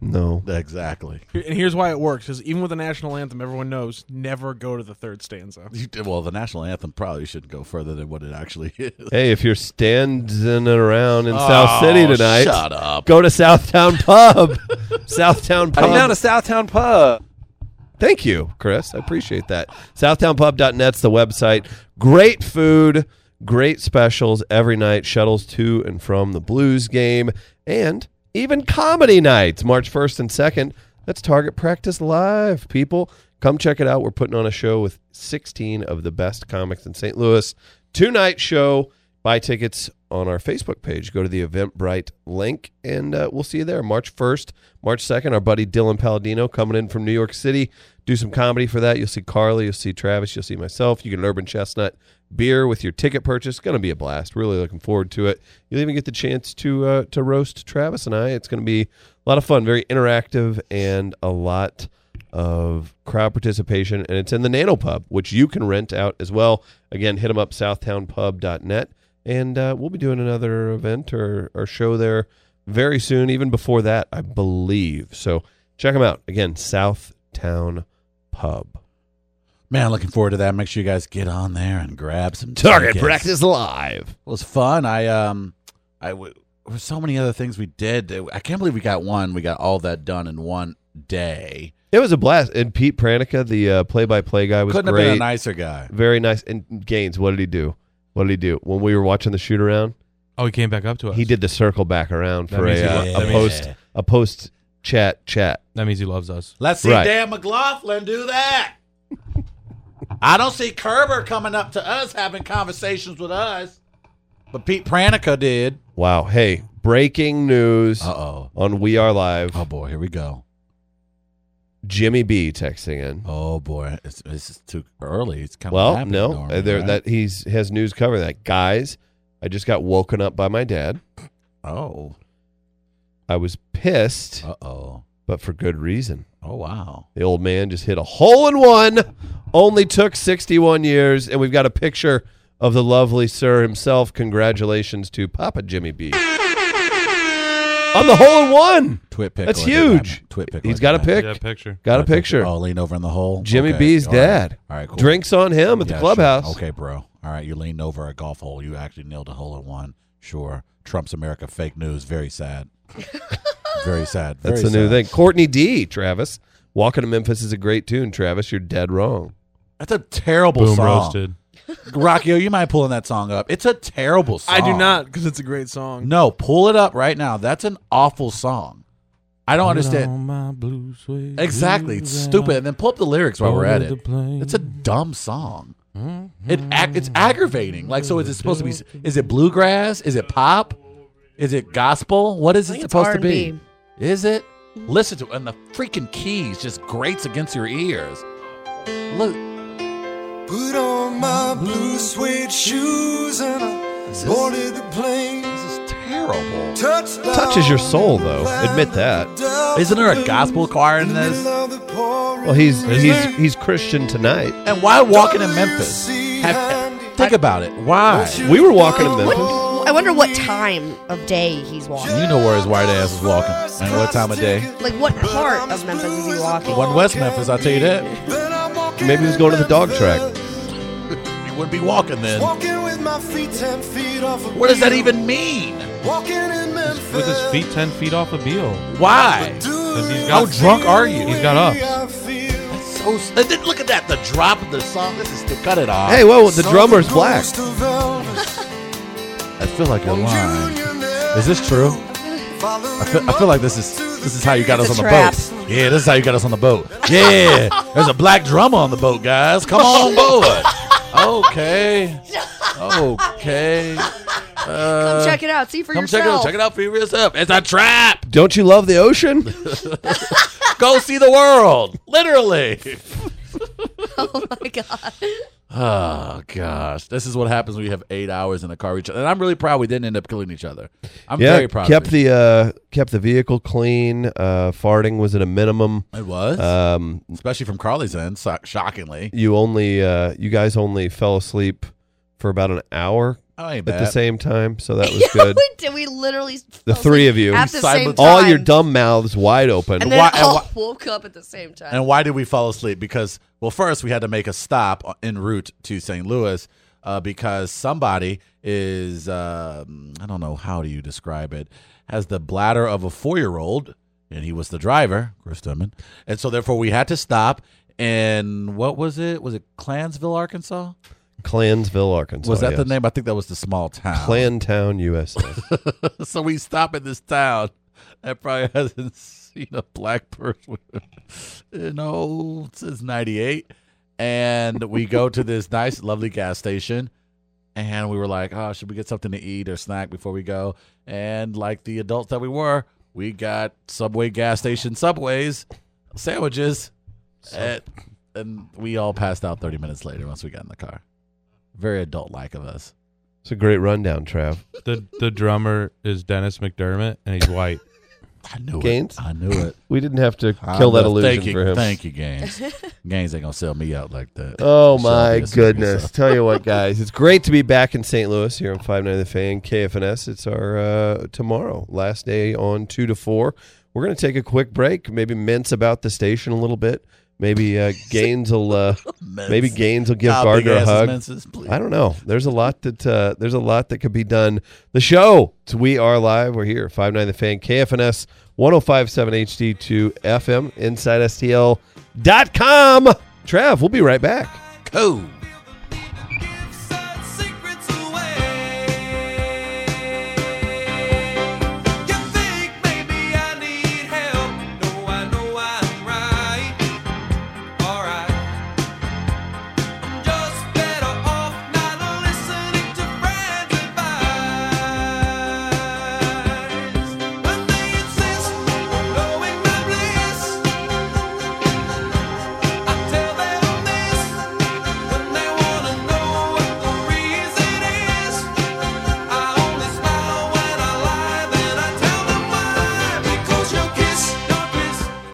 [SPEAKER 7] No.
[SPEAKER 6] Exactly.
[SPEAKER 8] And here's why it works: because even with the national anthem, everyone knows never go to the third stanza.
[SPEAKER 6] You did- Well, the national anthem probably shouldn't go further than what it actually is.
[SPEAKER 7] Hey, if you're standing around in
[SPEAKER 8] Oh,
[SPEAKER 7] South City tonight,
[SPEAKER 6] shut up.
[SPEAKER 7] Go to Southtown Pub. Southtown Pub.
[SPEAKER 5] Southtown pub.
[SPEAKER 7] Thank you, Chris. I appreciate that. Southtownpub.net's the website. Great food, great specials every night, shuttles to and from the Blues game, and even comedy nights, March 1st and 2nd. That's Target Practice Live, people. Come check it out. We're putting on a show with 16 of the best comics in St. Louis. Two night show. Buy tickets on our Facebook page. Go to the Eventbrite link, and uh, we'll see you there. March 1st, March 2nd, our buddy Dylan Palladino coming in from New York City. Do some comedy for that. You'll see Carly, you'll see Travis, you'll see myself. You get an Urban Chestnut beer with your ticket purchase. It's going to be a blast. Really looking forward to it. You'll even get the chance to, uh, to roast Travis and I. It's going to be a lot of fun, very interactive, and a lot of crowd participation, and it's in the Nano Pub, which you can rent out as well. Again, hit them up, southtownpub.net, and uh, we'll be doing another event or, or show there very soon, even before that, I believe. So check them out. Again, Southtown Pub.
[SPEAKER 6] Man, looking forward to that. Make sure you guys get on there and grab some tickets.
[SPEAKER 7] live.
[SPEAKER 6] It was fun. I um, I w- there were so many other things we did. I can't believe we got one. We got all that done in one day.
[SPEAKER 7] It was a blast. And Pete Pranica, the uh, play-by-play guy, was
[SPEAKER 6] Couldn't
[SPEAKER 7] great.
[SPEAKER 6] have been a nicer guy.
[SPEAKER 7] very nice. And Gaines, what did he do? What did he do? When we were watching the shoot around,
[SPEAKER 10] Oh, he came back up to us.
[SPEAKER 7] he did the circle back around for
[SPEAKER 10] means
[SPEAKER 7] a,
[SPEAKER 10] he
[SPEAKER 7] uh,
[SPEAKER 10] won.
[SPEAKER 7] a
[SPEAKER 10] That means-
[SPEAKER 7] post a post chat chat.
[SPEAKER 10] That means he loves us.
[SPEAKER 6] Let's see
[SPEAKER 7] Right.
[SPEAKER 6] Dan McLaughlin do that. I don't see Kerber coming up to us having conversations with us, but Pete Pranica did.
[SPEAKER 7] Wow. Hey, breaking news
[SPEAKER 6] Uh oh.
[SPEAKER 7] on We Are Live.
[SPEAKER 6] Oh boy, here we go.
[SPEAKER 7] Jimmy B texting in.
[SPEAKER 6] Oh boy, it's, it's too early. It's kind
[SPEAKER 7] well,
[SPEAKER 6] of
[SPEAKER 7] no, uh, there that he's has news covering that. Guys, I just got woken up by my dad.
[SPEAKER 6] Oh,
[SPEAKER 7] I was pissed.
[SPEAKER 6] Uh oh,
[SPEAKER 7] but for good reason.
[SPEAKER 6] Oh wow,
[SPEAKER 7] the old man just hit a hole in one. Only took sixty-one years, and we've got a picture of the lovely sir himself. Congratulations to Papa Jimmy B. On the hole in one,
[SPEAKER 6] Twit pickle.
[SPEAKER 7] That's
[SPEAKER 6] at the time.
[SPEAKER 7] huge.
[SPEAKER 6] Twit pickle.
[SPEAKER 7] He's
[SPEAKER 6] at
[SPEAKER 7] got a
[SPEAKER 6] the time.
[SPEAKER 7] pic.
[SPEAKER 10] Yeah, picture.
[SPEAKER 7] Got a
[SPEAKER 6] Got a picture.
[SPEAKER 7] picture.
[SPEAKER 6] Oh, lean over in the hole.
[SPEAKER 7] Jimmy
[SPEAKER 6] Okay,
[SPEAKER 7] B's
[SPEAKER 6] all right.
[SPEAKER 7] dad.
[SPEAKER 6] All right, cool.
[SPEAKER 7] Drinks on him at the
[SPEAKER 6] Yeah, sure.
[SPEAKER 7] clubhouse.
[SPEAKER 6] Okay, bro. All right, you leaned over a golf hole. You actually nailed a hole in one. Sure. Trump's America fake news.
[SPEAKER 8] [laughs]
[SPEAKER 6] Very sad. Very sad.
[SPEAKER 7] That's
[SPEAKER 6] Very
[SPEAKER 7] the new
[SPEAKER 6] sad.
[SPEAKER 7] thing. Courtney D, Travis. Walking to Memphis is a great tune, Travis. You're dead wrong.
[SPEAKER 6] That's a terrible
[SPEAKER 10] Boom
[SPEAKER 6] song.
[SPEAKER 10] roasted.
[SPEAKER 6] Rockio, you mind pulling that song up? It's a terrible song.
[SPEAKER 8] I do not because it's a great song.
[SPEAKER 6] No, pull it up right now. That's an awful song. I don't understand. Exactly. It's stupid. And then pull up the lyrics while we're at it. It's a dumb song.
[SPEAKER 10] Mm-hmm.
[SPEAKER 6] It ag- it's aggravating. Like, so is it supposed to be? Is it bluegrass? Is it pop? Is it gospel? What is
[SPEAKER 9] I
[SPEAKER 6] it
[SPEAKER 9] think it's
[SPEAKER 6] supposed to be?
[SPEAKER 9] R&B.
[SPEAKER 6] Is it? Listen to it, and the freaking keys just grates against your ears. Look,
[SPEAKER 4] Put on my blue suede shoes and I boarded the plane.
[SPEAKER 6] this is terrible.
[SPEAKER 4] Touchdown.
[SPEAKER 7] Touches your soul, though. Admit that.
[SPEAKER 6] Isn't there a gospel choir in this?
[SPEAKER 7] Well, he's
[SPEAKER 10] Is
[SPEAKER 7] he's
[SPEAKER 10] there?
[SPEAKER 7] he's Christian tonight.
[SPEAKER 6] And why walking in Memphis? Have- think about it. Why?
[SPEAKER 7] We were walking to Memphis.
[SPEAKER 9] What, I wonder what time of day he's walking.
[SPEAKER 6] You know where his white ass is walking and what time of day.
[SPEAKER 9] Like what part of Memphis is he walking?
[SPEAKER 6] One West Memphis, I'll tell you that.
[SPEAKER 7] Maybe he was going to the dog track.
[SPEAKER 6] He wouldn't be walking then.
[SPEAKER 4] Walking with my feet ten feet off a
[SPEAKER 6] What does that
[SPEAKER 4] beam.
[SPEAKER 9] [laughs]
[SPEAKER 6] even mean?
[SPEAKER 4] Walking in Memphis.
[SPEAKER 10] With his feet 10 feet off a Beal.
[SPEAKER 6] Why?
[SPEAKER 10] 'Cause he's
[SPEAKER 6] How
[SPEAKER 10] got-
[SPEAKER 6] drunk are you?
[SPEAKER 10] He's got up.
[SPEAKER 4] I feel
[SPEAKER 6] So s- and then look at that, the drop of the song. This is to cut it off.
[SPEAKER 7] Hey, well, the drummer's
[SPEAKER 4] the
[SPEAKER 7] black.
[SPEAKER 4] ghost of Elvis.
[SPEAKER 6] I feel like you're lying.
[SPEAKER 4] Junior Nelson
[SPEAKER 6] Is this true? I feel, I feel like this is this is how you got us
[SPEAKER 9] It's
[SPEAKER 6] on
[SPEAKER 9] a
[SPEAKER 6] the
[SPEAKER 9] trap.
[SPEAKER 6] boat. Yeah, this is how you got us on the boat. Yeah, there's a black drummer on the boat, guys. Come on board. Okay, okay.
[SPEAKER 9] Come check it out. See for
[SPEAKER 6] Come
[SPEAKER 9] yourself.
[SPEAKER 6] check it out. Check it out for yourself. It's a trap.
[SPEAKER 7] Don't you love the ocean?
[SPEAKER 6] Go see the world. Literally.
[SPEAKER 9] Oh [laughs] my god.
[SPEAKER 6] Oh gosh, this is what happens when you have eight hours in the car with each other. And I'm really proud we didn't end up killing each other. I'm
[SPEAKER 7] yeah,
[SPEAKER 6] very proud.
[SPEAKER 7] kept
[SPEAKER 6] of it.
[SPEAKER 7] the uh, kept the vehicle clean. Uh, farting was at a minimum.
[SPEAKER 6] it was
[SPEAKER 7] Um,
[SPEAKER 6] especially from Carly's end, so- shockingly.
[SPEAKER 7] you only uh, you guys only fell asleep for about an hour
[SPEAKER 6] I ain't
[SPEAKER 7] at the
[SPEAKER 6] bad.
[SPEAKER 7] same time, so that was good.
[SPEAKER 9] we did. We literally.
[SPEAKER 7] The three of you,
[SPEAKER 9] At the same time.
[SPEAKER 6] Silence.
[SPEAKER 7] all your dumb mouths wide open.
[SPEAKER 9] And then
[SPEAKER 6] Why- and
[SPEAKER 9] all
[SPEAKER 6] why-
[SPEAKER 9] woke up at the same time.
[SPEAKER 6] And why did we fall asleep? Because well, first we had to make a stop en route to St. Louis uh, because somebody is um, I don't know how do you describe it has the bladder of a four year old, and he was the driver, Chris Dunman, and so therefore we had to stop. And what was it? Was it Clansville, Arkansas?
[SPEAKER 7] Clansville, Arkansas.
[SPEAKER 6] was that the
[SPEAKER 7] yes.
[SPEAKER 6] name? I think that was the small town.
[SPEAKER 7] Clantown, USA.
[SPEAKER 6] [laughs] so we stop in this town that probably hasn't [laughs] seen a black person [laughs] you know since 98 and we go to this nice lovely gas station and we were like oh should we get something to eat or snack before we go and like the adults that we were we got subway gas station subways sandwiches and, and we all passed out 30 minutes later once we got in the car very adult like of us
[SPEAKER 7] it's a great rundown, Trav.
[SPEAKER 10] The the drummer is Dennis McDermott, and he's white.
[SPEAKER 6] i knew
[SPEAKER 7] Gaines?
[SPEAKER 6] it i knew it
[SPEAKER 7] We didn't have to
[SPEAKER 6] I
[SPEAKER 7] kill that
[SPEAKER 6] love-
[SPEAKER 7] illusion
[SPEAKER 6] thank you,
[SPEAKER 7] for him.
[SPEAKER 6] Thank
[SPEAKER 7] [laughs]
[SPEAKER 6] you, Gaines. Gaines ain't gonna sell me out like that.
[SPEAKER 7] Oh
[SPEAKER 6] Sell
[SPEAKER 7] my
[SPEAKER 6] me a sucker,
[SPEAKER 7] goodness!
[SPEAKER 6] so.
[SPEAKER 7] Tell you what, guys, it's great to be back in St. Louis here on Five Nine of the Fan KFNS. It's our uh, tomorrow last day on two to four. We're gonna take a quick break. Maybe mince about the station a little bit. Maybe
[SPEAKER 6] [laughs]
[SPEAKER 7] uh, Gaines will. Uh, maybe Gaines will give
[SPEAKER 6] How big
[SPEAKER 7] Gardner a
[SPEAKER 6] ass is
[SPEAKER 7] hug.
[SPEAKER 6] Mensa's? Please.
[SPEAKER 7] I don't know. There's a lot that uh, there's a lot that could be done. The show, it's we are live. We're here. Five nine the fan KFNS 1057 HD two FM inside STL.com. Trav, we'll be right back.
[SPEAKER 6] Cool.